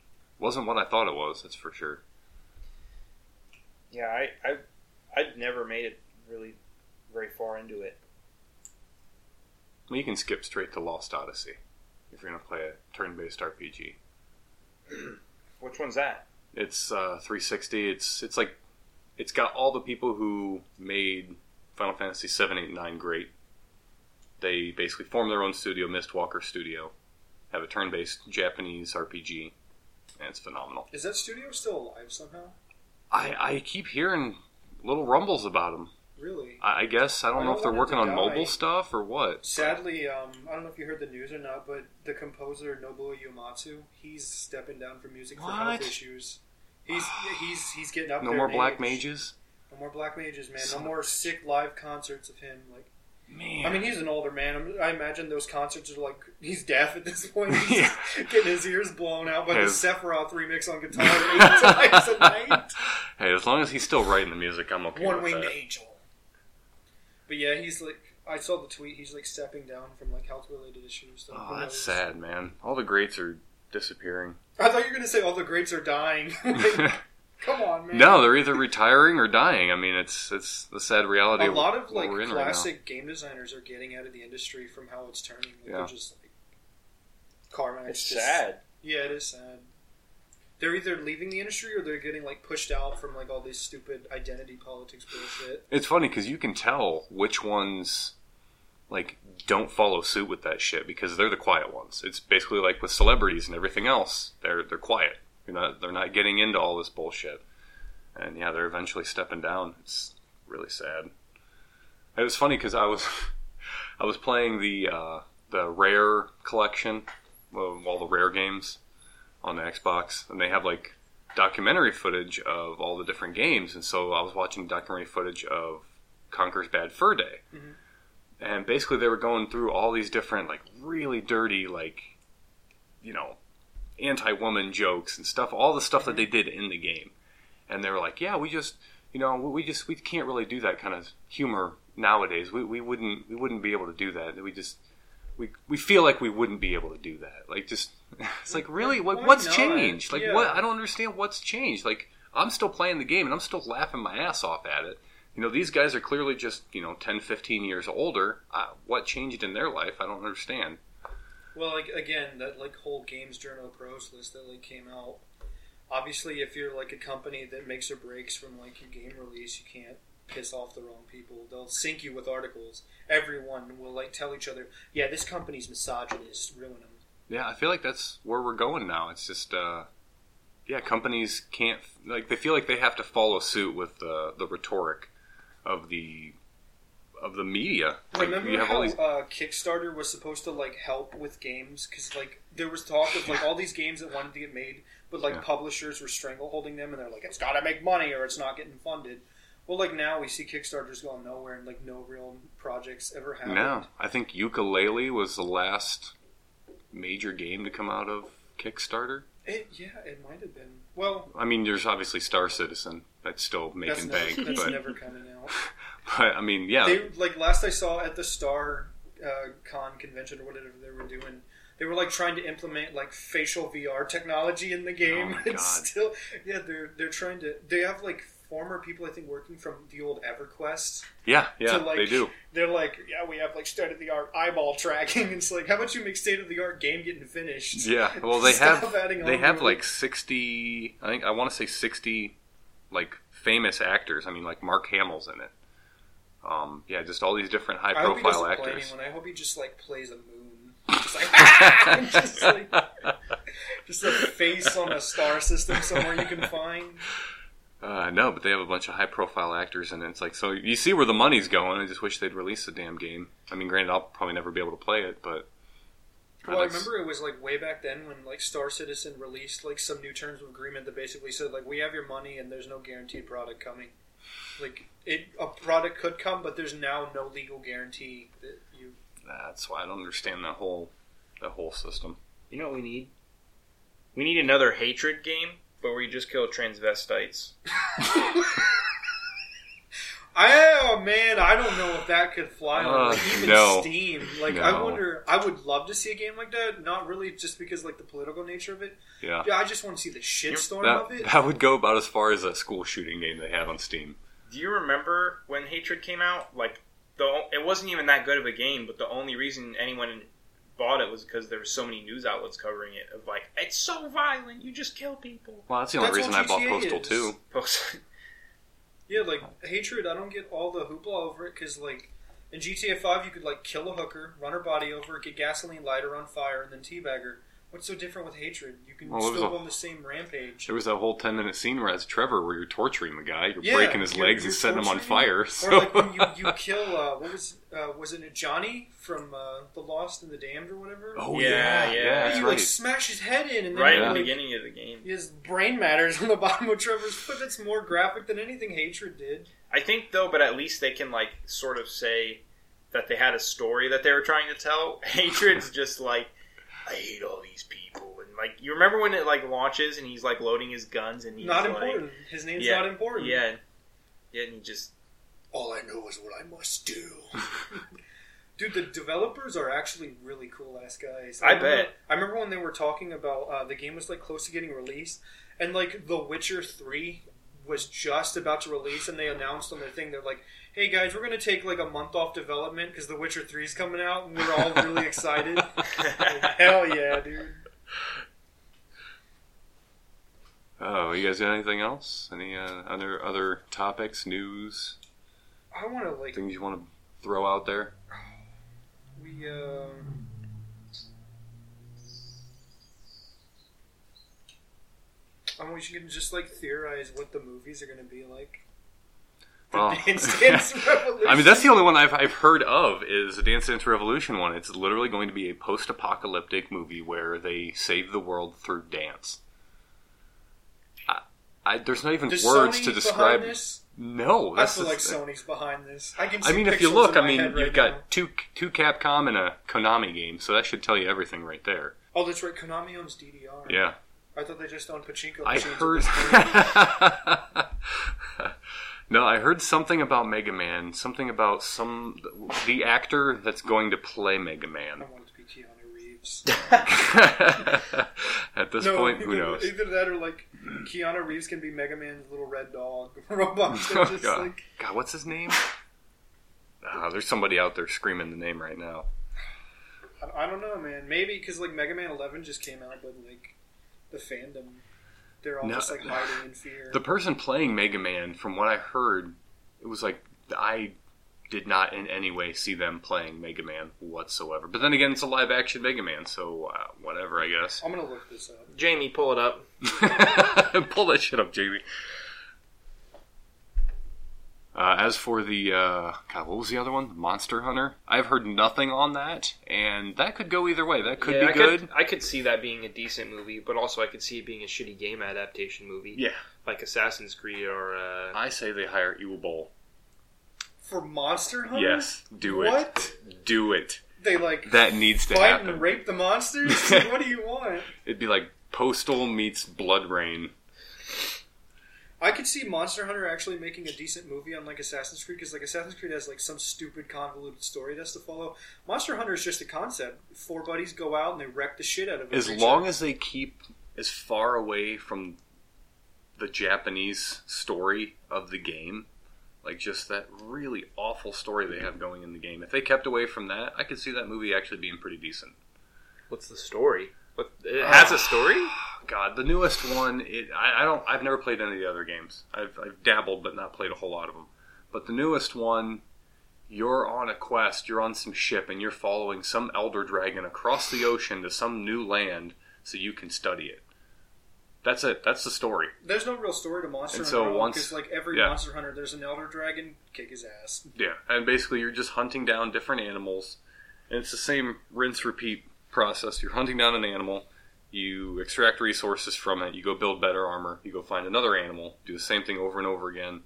B: it wasn't what I thought it was. That's for sure.
A: Yeah, I, I, I'd never made it really very far into it.
B: Well, you can skip straight to Lost Odyssey if you're going to play a turn-based RPG.
A: Which one's that?
B: It's uh, 360. It's it's like it's got all the people who made Final Fantasy 7, 8, 9 great. They basically formed their own studio, Mistwalker Studio, have a turn-based Japanese RPG, and it's phenomenal.
C: Is that studio still alive somehow?
B: I, I keep hearing little rumbles about them.
C: Really?
B: I, I guess I don't
C: I
B: know if
C: don't
B: they're
C: want
B: working
C: it to
B: on
C: die.
B: mobile stuff or what.
C: Sadly, um, I don't know if you heard the news or not, but the composer Nobuo Uematsu, he's stepping down from music for
B: What?
C: health issues. He's he's he's getting up.
B: No
C: there
B: more
C: in
B: Black
C: age.
B: Mages.
C: No more black mages, man.
B: Son
C: no
B: of
C: more sick live concerts of him. Like,
B: Man,
C: I mean, he's an older man. I'm- I imagine those concerts are like he's deaf at this point. He's
B: Yeah.
C: getting his ears blown out by
B: His-
C: the Sephiroth remix on guitar eight times a night.
B: hey, as long as he's still writing the music, I'm okay
C: One
B: with
C: winged
B: that.
C: angel. But yeah, he's like I saw the tweet. He's like stepping down from like health related issues. so
B: Oh,
C: who
B: that's
C: knows?
B: sad, man. All the greats are disappearing.
C: I thought you were gonna say all the greats are dying. Like,
B: no,
C: come on, man.
B: they're either retiring or dying. I mean, it's it's the sad reality.
C: A lot of
B: what
C: like
B: we're in right now.
C: classic game designers are getting out of the industry from how it's turning. Like,
B: Yeah.
C: They're just like karma.
A: It's
C: just-
A: sad.
C: Yeah, it is sad. They're either leaving the industry or they're getting like pushed out from like all these stupid identity politics bullshit.
B: It's funny because you can tell which ones like don't follow suit with that shit because they're the quiet ones. It's basically like with celebrities and everything else. They're they're quiet. You're not they're not getting into all this bullshit. And yeah, they're eventually stepping down. It's really sad. It was funny because I was I was playing the uh, the Rare collection of all the Rare games on the Xbox, and they have like documentary footage of all the different games, and so I was watching documentary footage of Conker's Bad Fur Day,
C: Mhm.
B: and basically they were going through all these different like really dirty like you know anti-woman jokes and stuff, all the stuff that
C: Mm-hmm.
B: they did in the game, and they were like, yeah, we just you know we just we can't really do that kind of humor nowadays. We we wouldn't we wouldn't be able to do that. We just we, we feel like we wouldn't be able to do that. Like just it's like really
C: Like,
B: what,
C: why
B: what's
C: not?
B: changed? Like
C: Yeah.
B: what I don't understand what's changed. Like I'm still playing the game and I'm still laughing my ass off at it. You know, these guys are clearly just, you know, 10, 15 years older. Uh, what changed in their life? I don't understand.
C: Well, like again, that like whole games journal pros list that like came out. Obviously, if you're like a company that makes or breaks from like your game release, you can't piss off the wrong people. They'll sink you with articles. Everyone will like tell each other, "Yeah, this company's misogynist, ruin them."
B: Yeah, I feel like that's where we're going now. It's just, uh, yeah, companies can't like they feel like they have to follow suit with the the rhetoric of the of the media. Like
C: Remember
B: you have
C: how
B: all these
C: uh, Kickstarter was supposed to like help with games because like there was talk of like all these games that wanted to get made, but like
B: Yeah.
C: publishers were strangleholding them, and they're like, "It's got to make money or it's not getting funded." Well, like now we see Kickstarters going nowhere, and like no real projects ever happen.
B: No, I think Ukulele was the last major game to come out of Kickstarter.
C: It, yeah, it might have been. Well,
B: I mean, there's obviously Star Citizen that's still
C: that's
B: making
C: never,
B: bank,
C: that's
B: but,
C: never coming out.
B: but I mean, yeah,
C: They like last I saw at the Star uh, Con convention or whatever they were doing. They were like trying to implement like facial VR technology in the game.
B: Oh my
C: It's
B: God.
C: still yeah, they're they're trying to. They have like former people I think working from the old EverQuest.
B: yeah, yeah,
C: to, like,
B: they do.
C: They're like, yeah, we have like state of the art eyeball tracking. It's like, how about you make state of the art game getting finished?
B: Yeah, well, they
C: Stop
B: have
C: adding
B: they
C: on
B: have
C: to it.
B: like sixty. I think I want to say sixty, like famous actors. I mean, like Mark Hamill's in it. Um, yeah, just all these different high
C: I hope he doesn't
B: profile
C: play
B: actors.
C: anyone. I hope he just like plays a moon. Just like, "Ah!" just like just a face on a star system somewhere you can find.
B: Uh, no, but they have a bunch of high profile actors in it. It's like, so you see where the money's going. I just wish they'd release the damn game. I mean, granted, I'll probably never be able to play it, but.
C: Well, I
B: That's-
C: remember it was like way back then when like Star Citizen released like some new terms of agreement that basically said like we have your money and there's no guaranteed product coming. Like it, a product could come, but there's now no legal guarantee that you.
B: That's why I don't understand that whole, that whole system.
A: You know what we need? We need another hatred game, but where you just kill transvestites.
C: I, oh man, I don't know if that could fly on like,
B: Uh,
C: even
B: no.
C: Steam. Like I
B: No.
C: wonder, I would love to see a game like that. Not really, just because like the political nature of it.
B: Yeah.
C: Yeah, I just want to see the shitstorm of
B: Uh, That,
C: it.
B: that would go about as far as that school shooting game they had on Steam.
A: Do you remember when Hatred came out? Like the it wasn't even that good of a game, but the only reason anyone bought it was because there were so many news outlets covering it of like it's so violent, you just kill people.
B: Well, that's the only
C: That's
B: reason
C: what
B: I bought
C: GTA
B: Postal
C: is.
B: too.
A: Post-
C: Yeah, like hatred. I don't get all the hoopla over it because like in GTA Five, you could like kill a hooker, run her body over, get gasoline, light her on fire, and then teabag her. What's so different with hatred? You can
B: Well, it was
C: still
B: a-
C: go on the same rampage.
B: There was that whole ten minute scene where as Trevor, where you're torturing the guy, you're
C: Yeah,
B: breaking his
C: you're-
B: legs
C: you're
B: and setting him on
C: torturing
B: fire.
C: Or
B: So
C: like when you, you kill uh, what was uh, was it Johnny from uh, The Lost and the Damned or whatever?
B: oh
A: Yeah,
B: yeah, yeah,
A: yeah.
B: that's
C: you
B: right.
C: like smash his head in and then
A: right
C: you,
A: at
B: Yeah.
A: the
C: like,
A: beginning of the game.
C: His brain matters on the bottom of Trevor's foot. That's more graphic than anything hatred did.
A: I think though, but at least they can like sort of say that they had a story that they were trying to tell. Hatred's just like I hate all these people, and like you remember when it like launches and he's like loading his guns and he's
C: not
A: like,
C: important. His name's
A: Yeah,
C: not important.
A: Yeah, and- yeah, and he just
C: All I know is what I must do. Dude, the developers are actually really cool ass guys.
A: I
C: remember-
A: bet.
C: I remember when they were talking about uh, the game was like close to getting released, and like The Witcher Three was just about to release, and they announced on their thing they're like, "Hey guys, we're gonna take like a month off development because The Witcher Three is coming out, and we're all really excited." Like, Hell yeah, dude!
B: Oh, you guys got anything else? Any uh, other other topics, news,
C: I want to like
B: things you want to throw out there?
C: we. um I want you to just like theorize what the movies are going to be like.
B: Well,
C: Dance Dance Revolution.
B: Oh. I mean, that's the only one I've, I've heard of is the Dance Dance Revolution one. It's literally going to be a post-apocalyptic movie where they save the world through dance. I, I, there's not even
C: Does
B: words
C: Sony
B: to describe.
C: behind This?
B: No,
C: I
B: that's
C: feel
B: the
C: like
B: thing.
C: Sony's behind this. I can. See
B: I mean, if you
C: pixels
B: look,
C: in my
B: I mean,
C: head
B: you've
C: right
B: got
C: now.
B: two two Capcom and a Konami game, so that should tell you everything right there.
C: Oh, that's right. Konami owns DDR.
B: Yeah.
C: I thought they just owned pachinko.
B: I
C: machines at
B: heard.
C: this point.
B: no, I heard something about Mega Man. Something about some the actor that's going to play Mega
C: I
B: Man.
C: want it to be Keanu Reeves.
B: At this
C: no,
B: point, who
C: either,
B: knows?
C: Either that or like Keanu Reeves can be Mega Man's little red dog robot.
B: Oh,
C: That just
B: God.
C: like
B: God, what's his name? Ah, there's somebody out there screaming the name right now.
C: I- I don't know, man. Maybe because like Mega Man 11 just came out, but like the fandom, they're all
B: No.
C: just like hiding in fear.
B: The person playing Mega Man, from what I heard, it was like I did not in any way see them playing Mega Man whatsoever. But then again, it's a live action Mega Man, so uh, whatever, I guess.
C: I'm gonna look this up.
A: Jamie, pull it up.
B: Pull that shit up, Jamie. Uh, as for the uh, God, what was the other one? Monster Hunter. I've heard nothing on that, and that could go either way. That could
D: Yeah,
B: be
D: I
B: good.
D: Could, I could see that being a decent movie, but also I could see it being a shitty game adaptation movie.
B: Yeah.
D: Like Assassin's Creed or. Uh,
B: I say they hire Evil Bowl.
C: For Monster Hunter,
B: Yes, do
C: What?
B: it. Do it.
C: They like
B: That needs to
C: fight
B: happen.
C: and rape the monsters? Like, what do you want?
B: It'd be like Postal meets Blood Rain.
C: I could see Monster Hunter actually making a decent movie on like Assassin's Creed because like Assassin's Creed has like some stupid convoluted story that's to follow. Monster Hunter is just a concept. Four buddies go out and they wreck the shit out of
B: As
C: each
B: long
C: other.
B: as they keep as far away from the Japanese story of the game, like just that really awful story they have going in the game, if they kept away from that, I could see that movie actually being pretty decent.
D: what's the story? What, it
A: Uh,
D: has a story?
B: God, the newest one, it, I, I don't, I've never played any of the other games. I've, I've dabbled, but not played a whole lot of them. But the newest one, you're on a quest, you're on some ship, and you're following some elder dragon across the ocean to some new land so you can study it. That's it. That's the story.
C: there's no real story to Monster
B: And
C: Hunter
B: so
C: at all,
B: once-
C: 'cause, like every
B: yeah.
C: Monster Hunter, there's an elder dragon, kick his ass.
B: Yeah, and basically you're just hunting down different animals, and it's the same rinse repeat process. You're hunting down an animal, you extract resources from it, you go build better armor, you go find another animal, do the same thing over and over again.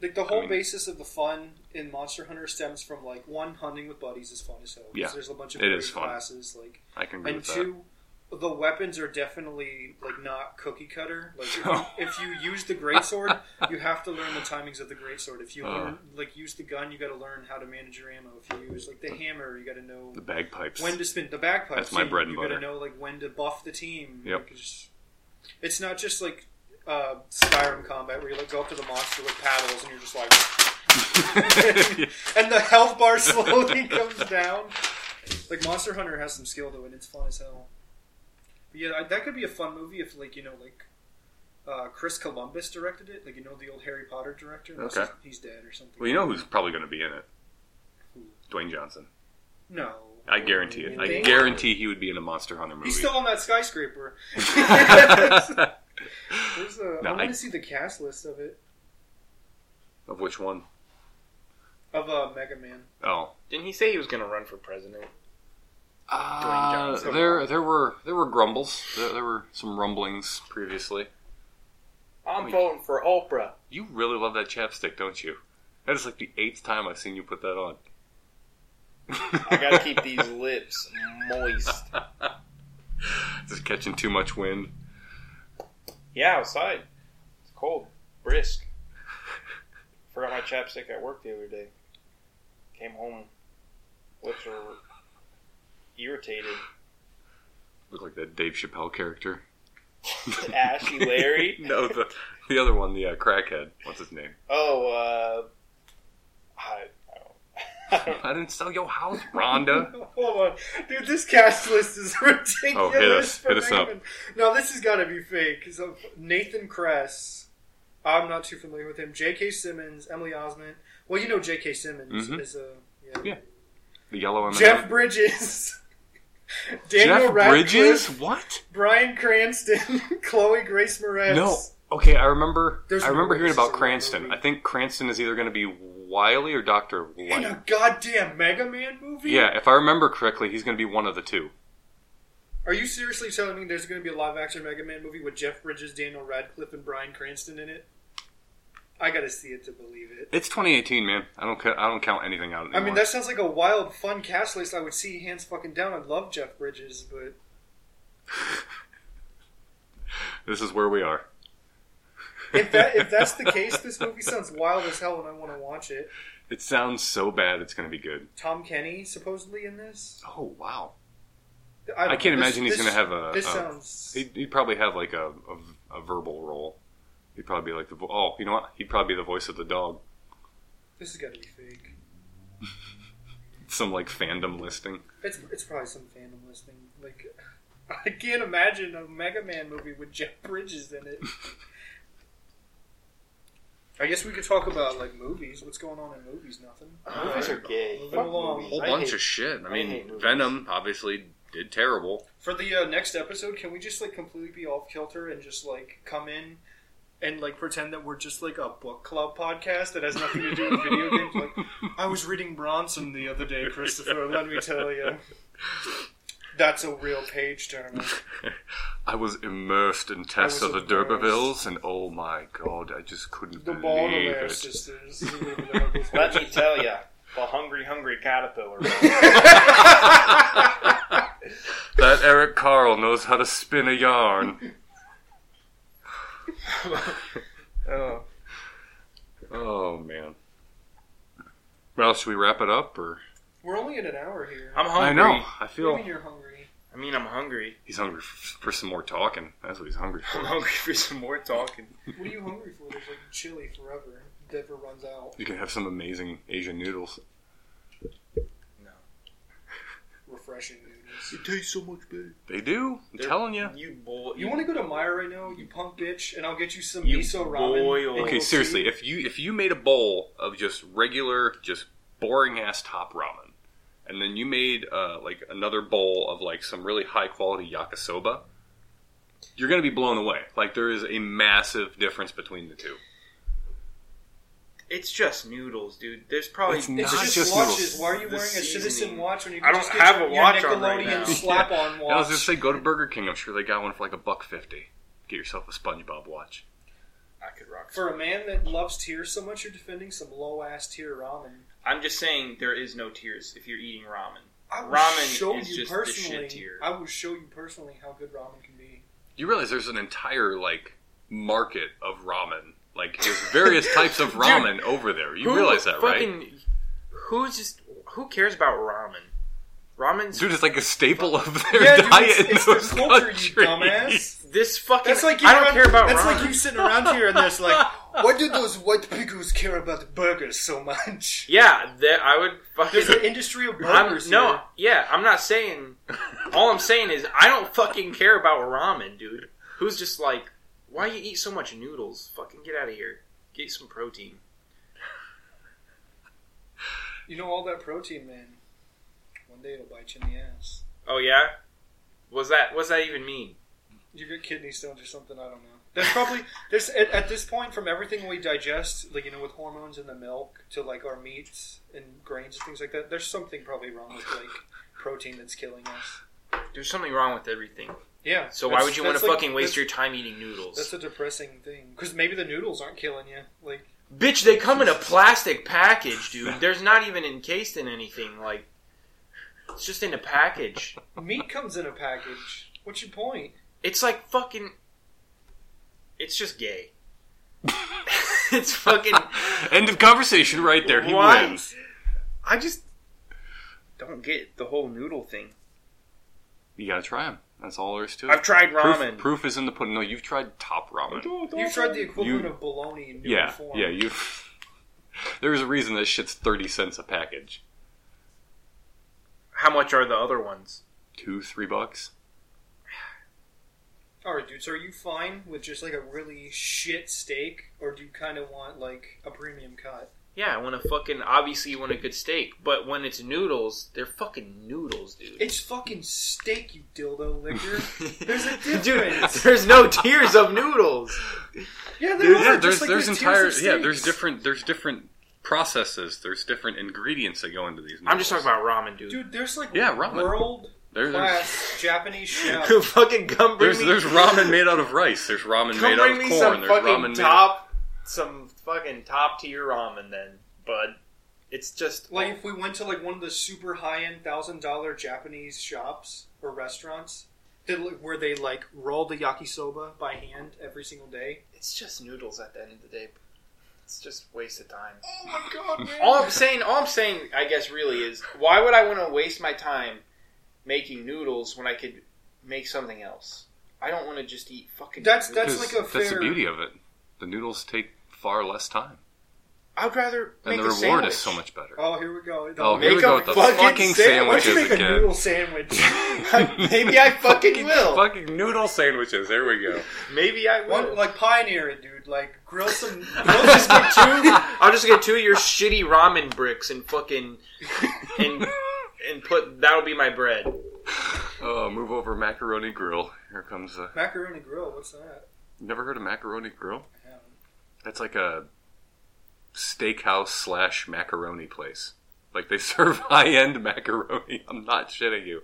C: Like the whole
B: mean-
C: basis of the fun in Monster Hunter stems from like one hunting with buddies is fun as hell. 'cause
B: Yeah.
C: there's a bunch of
B: It
C: varied
B: is fun.
C: classes like.
B: I can agree
C: and
B: with that.
C: two, the weapons are definitely like not cookie cutter. Like if you, if you use the greatsword, you have to learn the timings of the greatsword. If you
B: Uh.
C: learn, like use the gun, you got to learn how to manage your ammo. If you use like the hammer, you got to know
B: The bagpipes.
C: when to spin the bagpipes.
B: That's my
C: you,
B: bread and
C: You got
B: butter.
C: to know like when to buff the team.
B: Yep.
C: Like, it's, it's not just like uh, Skyrim combat where you like go up to the monster with paddles and you're just like and the health bar slowly comes down. Like Monster Hunter has some skill though, and it's fun as hell. But yeah, I- that could be a fun movie if like you know like uh, Chris Columbus directed it. Like you know the old Harry Potter director. Unless
B: Okay.
C: he's, he's dead or something.
B: Well, you know who's probably going to be in it? Dwayne Johnson.
C: No,
B: I guarantee it. I
C: Think?
B: guarantee he would be in a Monster Hunter movie.
C: He's still on that skyscraper.
B: of
C: There's a,
B: No,
C: I want
B: I-
C: to see the cast list of it
B: which one?
C: of uh, Mega Man.
B: Oh,
A: Didn't he say he was going to run for president?
B: Uh,
A: Johnson.
B: There, there were there were grumbles. There, there were some rumblings previously.
A: I'm
B: Wait.
A: voting for Oprah.
B: You really love that chapstick, don't you? That is like the eighth time I've seen you put that on.
A: I got to keep these lips moist.
B: Just catching too much wind.
A: Yeah, outside. It's cold, brisk. Forgot my chapstick at work the other day. Came home, lips were irritated.
B: Look like that Dave Chappelle character.
A: Ashy Larry?
B: no, the the other one, the uh, crackhead. What's his name?
A: Oh, uh, I, I don't.
B: I didn't sell your house, Rhonda.
C: Hold on, dude. This cast list is ridiculous.
B: Oh, hit us.
C: for
B: Hit us
C: Mega
B: up.
C: Man. No, this has got to be fake. 'cause of Nathan Kress, I'm not too familiar with him. J.K. Simmons, Emily Osment. Well, you know J.K. Simmons
B: Mhm.
C: is a yeah.
B: Yeah. The yellow M&M.
C: Jeff Bridges, Daniel
B: Jeff
C: Radcliffe,
B: Bridges. What?
C: Brian Cranston, Chloe Grace Moretz.
B: No. Okay, I remember.
C: There's
B: I remember
C: no
B: hearing
C: racism in
B: about
C: that
B: Cranston.
C: movie.
B: I think Cranston is either going to be Wiley or Doctor
C: in
B: White.
C: a goddamn Mega Man movie.
B: Yeah, if I remember correctly, he's going to be one of the two.
C: Are you seriously telling me there's going to be a live action Mega Man movie with Jeff Bridges, Daniel Radcliffe, and Brian Cranston in it? I got to see it to believe it.
B: It's 2018, man. I don't. Ca- I don't count anything out. Anymore.
C: I mean, that sounds like a wild, fun cast list. I would see hands fucking down. I love Jeff Bridges, but
B: this is where we are.
C: if that if that's the case, this movie sounds wild as hell, and I want to watch it.
B: It sounds so bad. It's going to be good.
C: Tom Kenny supposedly in this.
B: Oh wow!
C: don't
B: I can't
C: know. This-
B: imagine he's
C: this-
B: going to have a.
C: This
B: a-
C: sounds.
B: he'd, he'd probably have like a, a, a verbal role. He'd probably be like the. Vo- oh, you know what? He'd probably be the voice of the dog.
C: This has got to be fake.
B: Some like fandom listing.
C: It's it's probably some fandom listing. Like, I can't imagine a Mega Man movie with Jeff Bridges in it. I guess we could talk about like movies. What's going on in movies? Nothing.
A: Uh, Movies are gay.
C: Moving
A: Fuck
C: along.
A: movies.
B: whole
A: I
B: bunch
A: hate-
B: of shit. I
A: I hate
B: mean,
A: movies.
B: Venom obviously did terrible.
C: For the uh, next episode, can we just like completely be off kilter and just like come in and like pretend that we're just like a book club podcast that has nothing to do with video games? Like, I was reading Bronson the other day, Christopher. Let me tell you, that's a real page turner.
B: I was immersed in Tess
C: I
B: of
C: was
B: the
C: immersed.
B: D'Urbervilles, and oh my god, I just couldn't
C: The
B: believe
C: Baudelaire
B: it.
C: sisters.
A: Let me tell you, the hungry, hungry caterpillar.
B: That Eric Carl knows how to spin a yarn.
A: oh.
B: Oh man. Well, should we wrap it up or?
C: We're only at an hour here.
A: I'm hungry.
B: I know. I
C: What do you
B: feel
C: mean you're hungry?
A: I mean, I'm hungry.
B: he's hungry f- for some more talking. That's what he's hungry
A: I'm
B: for.
A: hungry for some more talking.
C: What are you hungry for? There's like chili forever. Never runs out.
B: You can have some amazing Asian noodles.
C: Refreshing noodles.
A: It tastes so much better.
B: They do. I'm telling you.
A: You boil.
C: You want to go to Maya right now, you punk bitch, and I'll get you some
A: You
C: miso ramen.
A: boil.
C: and
B: Okay,
C: we'll
B: seriously,
C: see.
B: if you if you made a bowl of just regular, just boring ass top ramen, and then you made uh, like another bowl of like some really high quality yakisoba, you're gonna be blown away. Like there is a massive difference between the two.
A: It's just noodles, dude. There's probably.
B: It's
C: It's
B: Not
C: just,
B: just
C: watches.
B: noodles.
C: Why are you
A: The
C: wearing a citizen
A: seasoning.
C: watch when you
A: I
C: can just
A: don't
C: get
A: have
C: your,
A: a watch
C: your
A: on right
C: Nickelodeon
A: now.
C: slap on watch?
B: I was gonna say go to Burger King. I'm sure they got one for like a buck fifty. Get yourself a SpongeBob watch.
A: I could rock.
C: For a man that loves tier so much, you're defending some low ass tier ramen.
A: I'm just saying there is no tears if you're eating ramen.
C: I will
A: Ramen
C: show
A: is
C: you
A: just the
C: personally.
A: shit tier.
C: I will show you personally how good ramen can be.
B: You realize there's an entire like market of ramen. Like there's various types of
A: Dude,
B: ramen over there. You
A: Who
B: realize that, right?
A: fucking, Who's just who cares about ramen? Ramen's
B: Dude, it's like a staple of their
C: Yeah, dude, it's-
B: diet
C: it's
B: in
C: the
B: those
C: culture, you
B: countries.
C: dumbass.
A: this fucking.
C: That's like you
A: I don't
C: around-
A: care about
C: That's
A: ramen.
C: like you sitting around here and there's like, Why do those white pickles care about burgers so much?
A: Yeah, that I would fucking.
C: There's an industry of
A: I'm,
C: burgers.
A: no,
C: here.
A: yeah, I'm not saying. All I'm saying is I don't fucking care about ramen, dude. Who's just like, why you eat so much noodles? Fucking get out of here. Get some protein.
C: you know all that protein, man. One day it'll bite you in the ass.
A: Oh yeah, was that what's that even mean?
C: You get kidney stones or something. I don't know. There's probably there's at, at this point from everything we digest, like you know, with hormones in the milk to like our meats and grains and things like that. There's something probably wrong with like protein that's killing us.
A: There's something wrong with everything.
C: Yeah.
A: So why
C: that's-
A: would you want
C: that's
A: to
C: like-
A: fucking waste
C: that's-
A: your time eating noodles?
C: That's a depressing thing because maybe the noodles aren't killing you. Like
A: Bitch, they come in a plastic package, dude. There's not even encased in anything. Like, it's just in a package.
C: meat comes in a package. What's your point?
A: It's like fucking. It's just gay. it's fucking.
B: End of conversation right there. He
A: Why?
B: wins.
A: I just don't get the whole noodle thing.
B: You gotta try him. That's all there is to it.
A: I've tried ramen.
B: Proof, proof is in the pudding. No, you've tried top ramen.
C: You've tried the equivalent
B: You-
C: of bologna in noodle
B: Yeah,
C: form.
B: yeah. You. There's a reason that shit's thirty cents a package.
A: How much are the other ones?
B: Two, three bucks.
C: All right, dude. So are you fine with just like a really shit steak, or do you kind of want like a premium cut?
A: Yeah, I want to fucking obviously you want a good steak, but when it's noodles, they're fucking noodles, dude.
C: It's fucking steak, you dildo licker. There's a difference.
A: Dude, there's no tiers of noodles.
C: yeah, there
B: Dude,
C: are,
B: yeah,
C: just
B: there's
C: like
B: there's
C: tiers
B: entire
C: of
B: yeah. There's
C: steaks.
B: different there's different processes. There's different ingredients that go into these.
A: I'm just
B: noodles.
A: talking about ramen, dude.
C: Dude, there's like
B: Yeah, ramen.
C: world
B: There-
C: class Japanese chef.
A: Who fucking come bring
B: There's
A: me?
B: there's ramen made out of rice. There's ramen
A: come
B: made out
A: bring
B: of
A: me
B: corn.
A: some
B: There's ramen
A: fucking
B: made out.
A: top, some fucking top tier ramen, then, bud. It's just oh,
C: Like if we went to like one of the super high end thousand dollar Japanese shops or restaurants, that look- where they like roll the yakisoba by hand every single day.
A: it's just noodles at the end of the day. It's just waste of time.
C: Oh my god, man!
A: All I'm saying, all I'm saying, I guess, really is why would I want to waste my time making noodles when I could make something else? I don't want to just eat fucking.
C: That's-
A: noodles.
C: that's-
B: 'Cause
C: like a
B: that's the
C: fair-
B: beauty of it. The noodles take far less time,
A: I'd rather make
B: and
A: a
B: the reward
A: sandwich.
B: is so much better.
C: Oh, here we go.
B: Oh,
C: The-
B: here we
A: Make
B: go
A: a
B: with the
A: fucking
B: fucking
C: Why
A: sandwich.
B: sandwiches
C: don't you make a
B: again.
C: noodle sandwich?
A: Maybe I fucking will.
B: Fucking noodle sandwiches. There we go.
A: Maybe I will.
C: One, like pioneer it, dude. Like grill some. Grill
A: I'll just get two. I'll just get two of your shitty ramen bricks and fucking and and put that'll be my bread.
B: Oh, move over macaroni grill. Here comes a.
C: macaroni grill. What's that?
B: Never heard of macaroni grill?
C: Yeah.
B: That's like a steakhouse slash macaroni place. Like they serve high end macaroni. I'm not shitting you.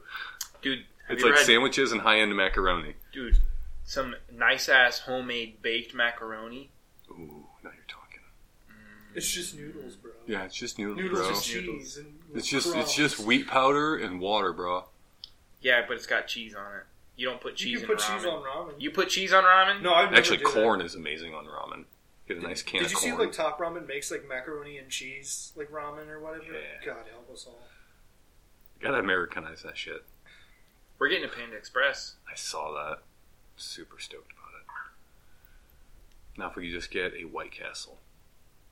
A: Dude, have
B: It's
A: you
B: like
A: ever had,
B: sandwiches and high end macaroni.
A: dude, some nice ass homemade baked macaroni.
B: Ooh, now you're talking.
C: It's just noodles, bro.
B: Yeah, it's just noodles,
C: Noodles
B: bro.
C: with cheese and
B: it's just it's
C: crumbs.
B: just wheat powder and water, bro.
A: Yeah, but it's got cheese on it. You don't put cheese
C: You can
A: in
C: put
A: ramen.
C: cheese on ramen.
A: You put cheese on ramen?
C: no, I've never
B: Actually,
C: did that.
B: corn is amazing on ramen. Get a nice can
C: Did
B: of
C: you
B: corn.
C: see like Top Ramen makes like macaroni and cheese like ramen or whatever?
B: Yeah.
C: God help us all.
B: Gotta Americanize that shit.
A: We're getting a Panda Express.
B: I saw that. Super stoked about it. Now, if we could just get a White Castle,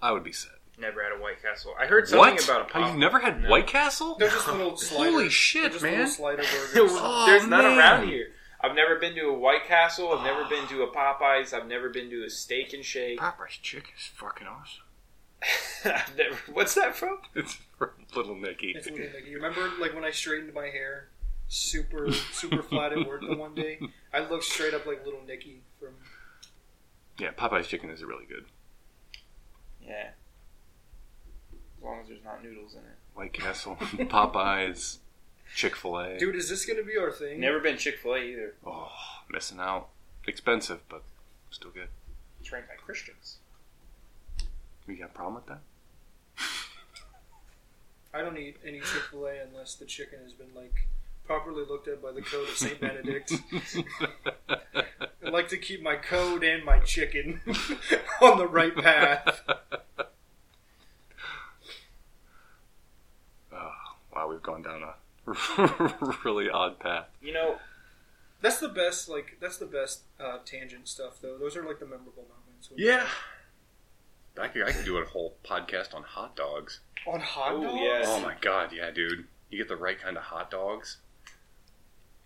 B: I would be set.
A: Never had a White Castle. I heard something about a pop.
B: You've never had
A: No.
B: White Castle?
C: They're just little sliders.
B: Holy
C: They're
B: shit,
C: just
B: man!
C: Little slider
A: There's
C: burgers.
B: Oh,
A: none
B: man.
A: around here. I've never been to a White Castle. I've never been to a Popeyes. I've never been to a Steak and Shake.
B: Popeye's chicken is fucking awesome.
A: I've never, what's that from?
B: It's for Little Nicky.
C: It's weird. Like, you remember like when I straightened my hair, super super flat at work the one day. I looked straight up like little Nicky from
B: Yeah, Popeye's chicken is really good.
A: Yeah. As long as there's not noodles in it.
B: White Castle, Popeyes, Chick Fil A.
C: Dude, is this gonna be our thing?
A: Never been Chick Fil A either.
B: Oh, missing out. Expensive, but still good.
A: Trained by Christians.
B: You got a problem with that?
C: I don't eat any Chick Fil A unless the chicken has been like properly looked at by the code of Saint Benedict. I like to keep my code and my chicken on the right path.
B: Oh, wow, we've gone down a really odd path.
A: You know,
C: That's the best. Like that's the best uh, tangent stuff, though. Those are like the memorable moments. when-
B: I could, I could do a whole podcast on hot dogs.
C: On hot
A: Ooh,
C: dogs?
A: yes.
B: Oh my god, yeah, dude. You get the right kind of hot dogs.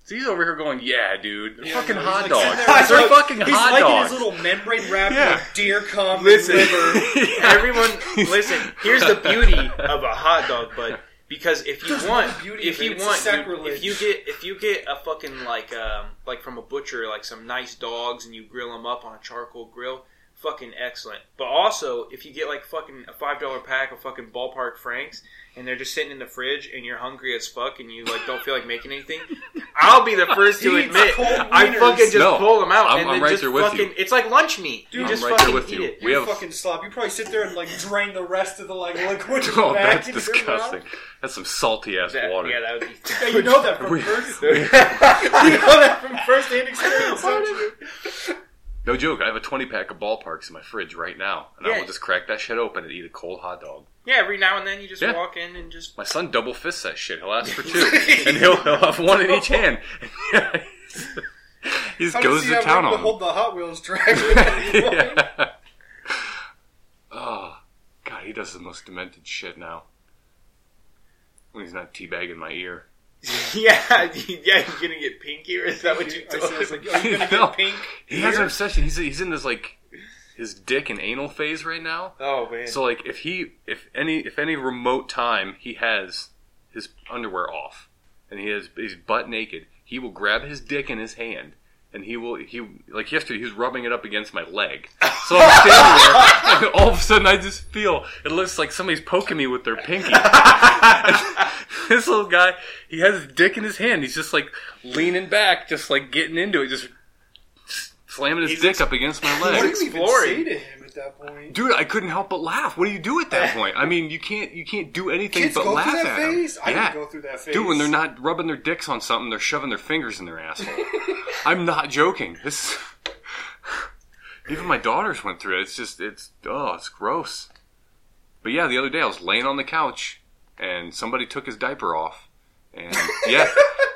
B: So he's over here going, yeah, dude. They're
C: Yeah,
B: fucking
C: no, he's
B: hot
C: like
B: dogs.
C: sitting there, he's
B: They're
C: like-
B: fucking
C: He's
B: hot
C: liking
B: dogs.
C: his little membrane wrapped
B: Yeah.
C: with deer cum
A: Listen.
C: liver.
A: Everyone, listen. Here's the beauty of a hot dog, bud. Because if you
C: There's
A: want,
C: no beauty
A: if
C: of it.
A: you
C: It's a
A: want, you,
C: sacrilege.
A: if you get, if you get a fucking like, um, like from a butcher, like some nice dogs, and you grill them up on a charcoal grill, fucking excellent. But also, if you get like fucking a five dollar pack of fucking ballpark franks, and they're just sitting in the fridge, and you're hungry as fuck, and you like don't feel like making anything, I'll be the first to
C: He eats
A: admit,
C: cold
A: I
C: wieners.
A: fucking just
B: No,
A: pull them out,
B: I'm-
A: and
B: I'm
A: then
B: right
A: just
B: there with
A: fucking,
B: you.
A: it's like lunch meat. You
C: Dude,
A: just
B: I'm right
A: fucking
B: there with
A: eat
B: you.
A: it.
B: We
C: You
B: have-
C: fucking slob. You probably sit there and like drain the rest of the like liquid
B: Oh,
C: back
B: that's
C: into your
B: disgusting.
C: mouth.
B: That's some salty ass
A: That-
B: water.
A: Yeah, that would be.
C: Yeah, you know that from
B: We-
C: first.
A: we-
C: you know that from first-hand experience, don't you?
B: no joke. I have a twenty pack of ballparks in my fridge right now, and I
A: Yeah.
B: will just crack that shit open and eat a cold hot dog.
A: Yeah, every now and then you just
B: Yeah.
A: walk in and just.
B: My son double fists that shit. He'll ask for two, and he'll, he'll have one in each hand. he just
C: How
B: goes
C: does he
B: to
C: have
B: town
C: room
B: on
C: to
B: 'em.
C: hold the Hot Wheels track?
B: yeah. Oh, God, he does the most demented shit now. When he's not teabagging my ear.
A: yeah, yeah, you're gonna get pinky, or is that what you
C: I said, I was
A: told
C: like, are you gonna
B: No.
C: get pink?
B: He has an
C: ear?
B: obsession. He's he's in this like his dick and anal phase right now.
A: Oh man.
B: So like if he if any if any remote time he has his underwear off and he has he's butt naked, he will grab his dick in his hand and he will he like yesterday he was rubbing it up against my leg. So I'm standing there and all of a sudden I just feel it looks like somebody's poking me with their pinky. this little guy, he has his dick in his hand. He's just like leaning back, just like getting into it, just slamming his
A: He's
B: dick
A: ex-
B: up against my
C: What
B: leg.
C: do you even
A: exploring.
C: say to him at that point?
B: Dude, I couldn't help but laugh. What do you do at that point? I mean, you can't you can't do anything
C: Kids
B: but
C: go
B: laugh
C: through that
B: at 'em.
C: phase. I
B: yeah,
C: didn't go through that phase.
B: dude, when they're not rubbing their dicks on something, they're shoving their fingers in their asshole. I'm not joking. This even my daughters went through it. It's just it's oh, it's gross. But yeah, the other day I was laying on the couch and somebody took his diaper off, and yeah,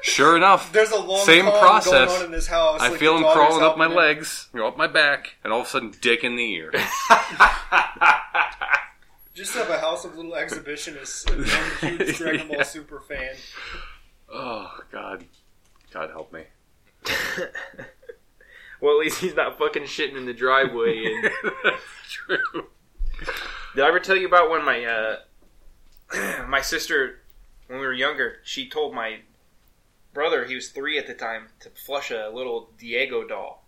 B: sure enough,
C: There's a long
B: Same
C: con
B: process.
C: going on in this house.
B: I
C: like,
B: feel
C: the
B: him
C: daughter's
B: crawling up my
C: helping him.
B: legs, you know, up my back, and all of a sudden, dick in the ear.
C: Just have a house of little exhibitionists and one huge Dragon Ball
B: Yeah.
C: super fan.
B: Oh God, God help me.
D: Well, at least he's not fucking shitting in the driveway. And
B: True.
A: Did I ever tell you about when my uh, my sister, when we were younger, she told my brother, he was three at the time, to flush a little Diego doll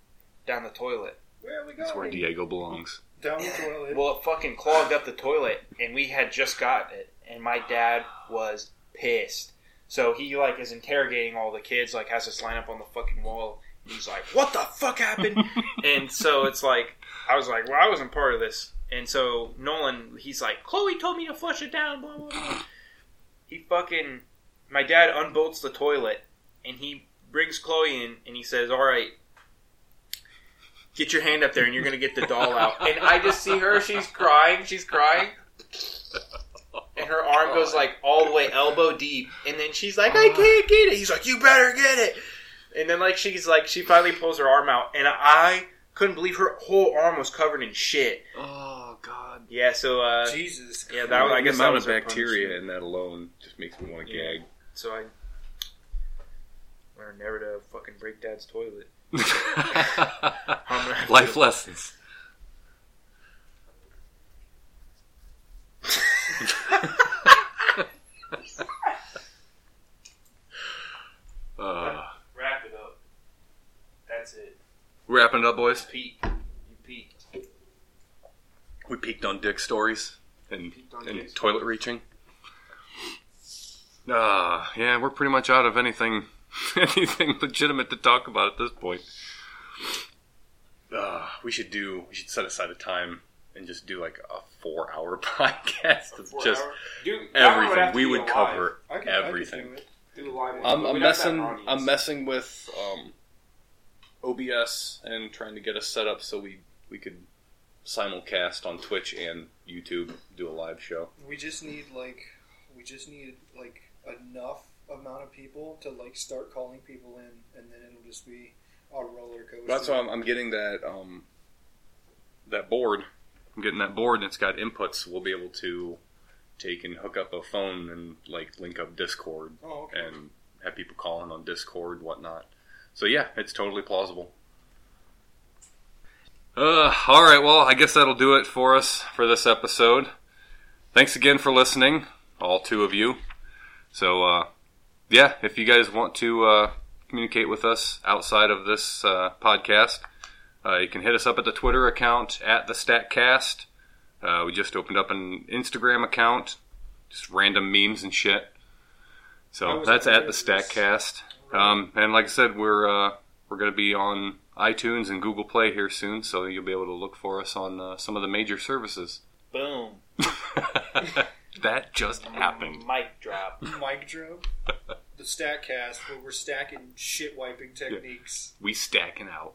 A: down the toilet.
C: Where are we going?
B: That's where Diego belongs.
C: Down the toilet.
A: Well, it fucking clogged up the toilet, and we had just gotten it, and my dad was pissed. So he like is interrogating all the kids, like has us line up on the fucking wall. He's like, "What the fuck happened?" and so it's like, I was like, "Well, I wasn't part of this." And so Nolan, he's like, "Chloe told me to flush it down." Blah blah blah. He fucking, my dad unbolts the toilet, and he brings Chloe in, and he says, "All right." Get your hand up there, and you're gonna get the doll out.
D: and I just see her. She's crying. She's crying.
A: and her arm goes like all the way elbow deep, and then she's like, "I can't get it." He's like, "You better get it," and then like she's like, she finally pulls her arm out, and I couldn't believe her whole arm was covered in shit.
B: Oh God.
A: Yeah, so uh,
C: Jesus.
A: yeah, that was, I guess
B: the amount
A: that was
B: of
A: her
B: bacteria
A: punishment.
B: in that alone just makes me want to
A: Yeah. So I learned never to fucking break dad's toilet. I'm gonna
B: gag.
A: have
B: Life
A: to-
B: lessons. uh,
A: Wrap it up. That's it.
B: wrapping it up, boys.
A: Pete, you Pete.
B: We peaked on dick stories and,
A: on
B: and
A: dick stories.
B: toilet reaching. Ah, yeah, we're pretty much out of anything anything legitimate to talk about at this point. Uh, we should do we should set aside a time and just do like a four hour podcast of just
A: Dude,
B: everything. we would cover
C: I can, I
B: everything.
C: can do it.
B: I'm, I'm messing. I'm messing with um, OBS and trying to get us set up so we we could simulcast on Twitch and YouTube, do a live show.
C: We just need like, we just need like enough amount of people to like start calling people in, and then it'll just be a roller coaster.
B: That's why I'm, I'm getting that um, that board I'm getting that board and it's got inputs, we'll be able to take and hook up a phone and like link up Discord
C: Oh, okay.
B: and have people calling on Discord, whatnot. So yeah, it's totally plausible. Uh, all right, well, I guess that'll do it for us for this episode. Thanks again for listening, all two of you. So uh, yeah, if you guys want to uh, communicate with us outside of this uh, podcast, uh, you can hit us up at the Twitter account at the Statcast. Uh, we just opened up an Instagram account, just random memes and shit.
C: I
B: So
C: was
B: that's at
C: aware
B: the
C: of this.
B: Statcast. Um, and like I said, we're uh, we're going to be on iTunes and Google Play here soon, so you'll be able to look for us on uh, some of the major services.
A: Boom.
B: that just happened.
A: Mic drop.
C: Mic drop. the Statcast, where we're stacking shit wiping techniques.
B: We stacking out.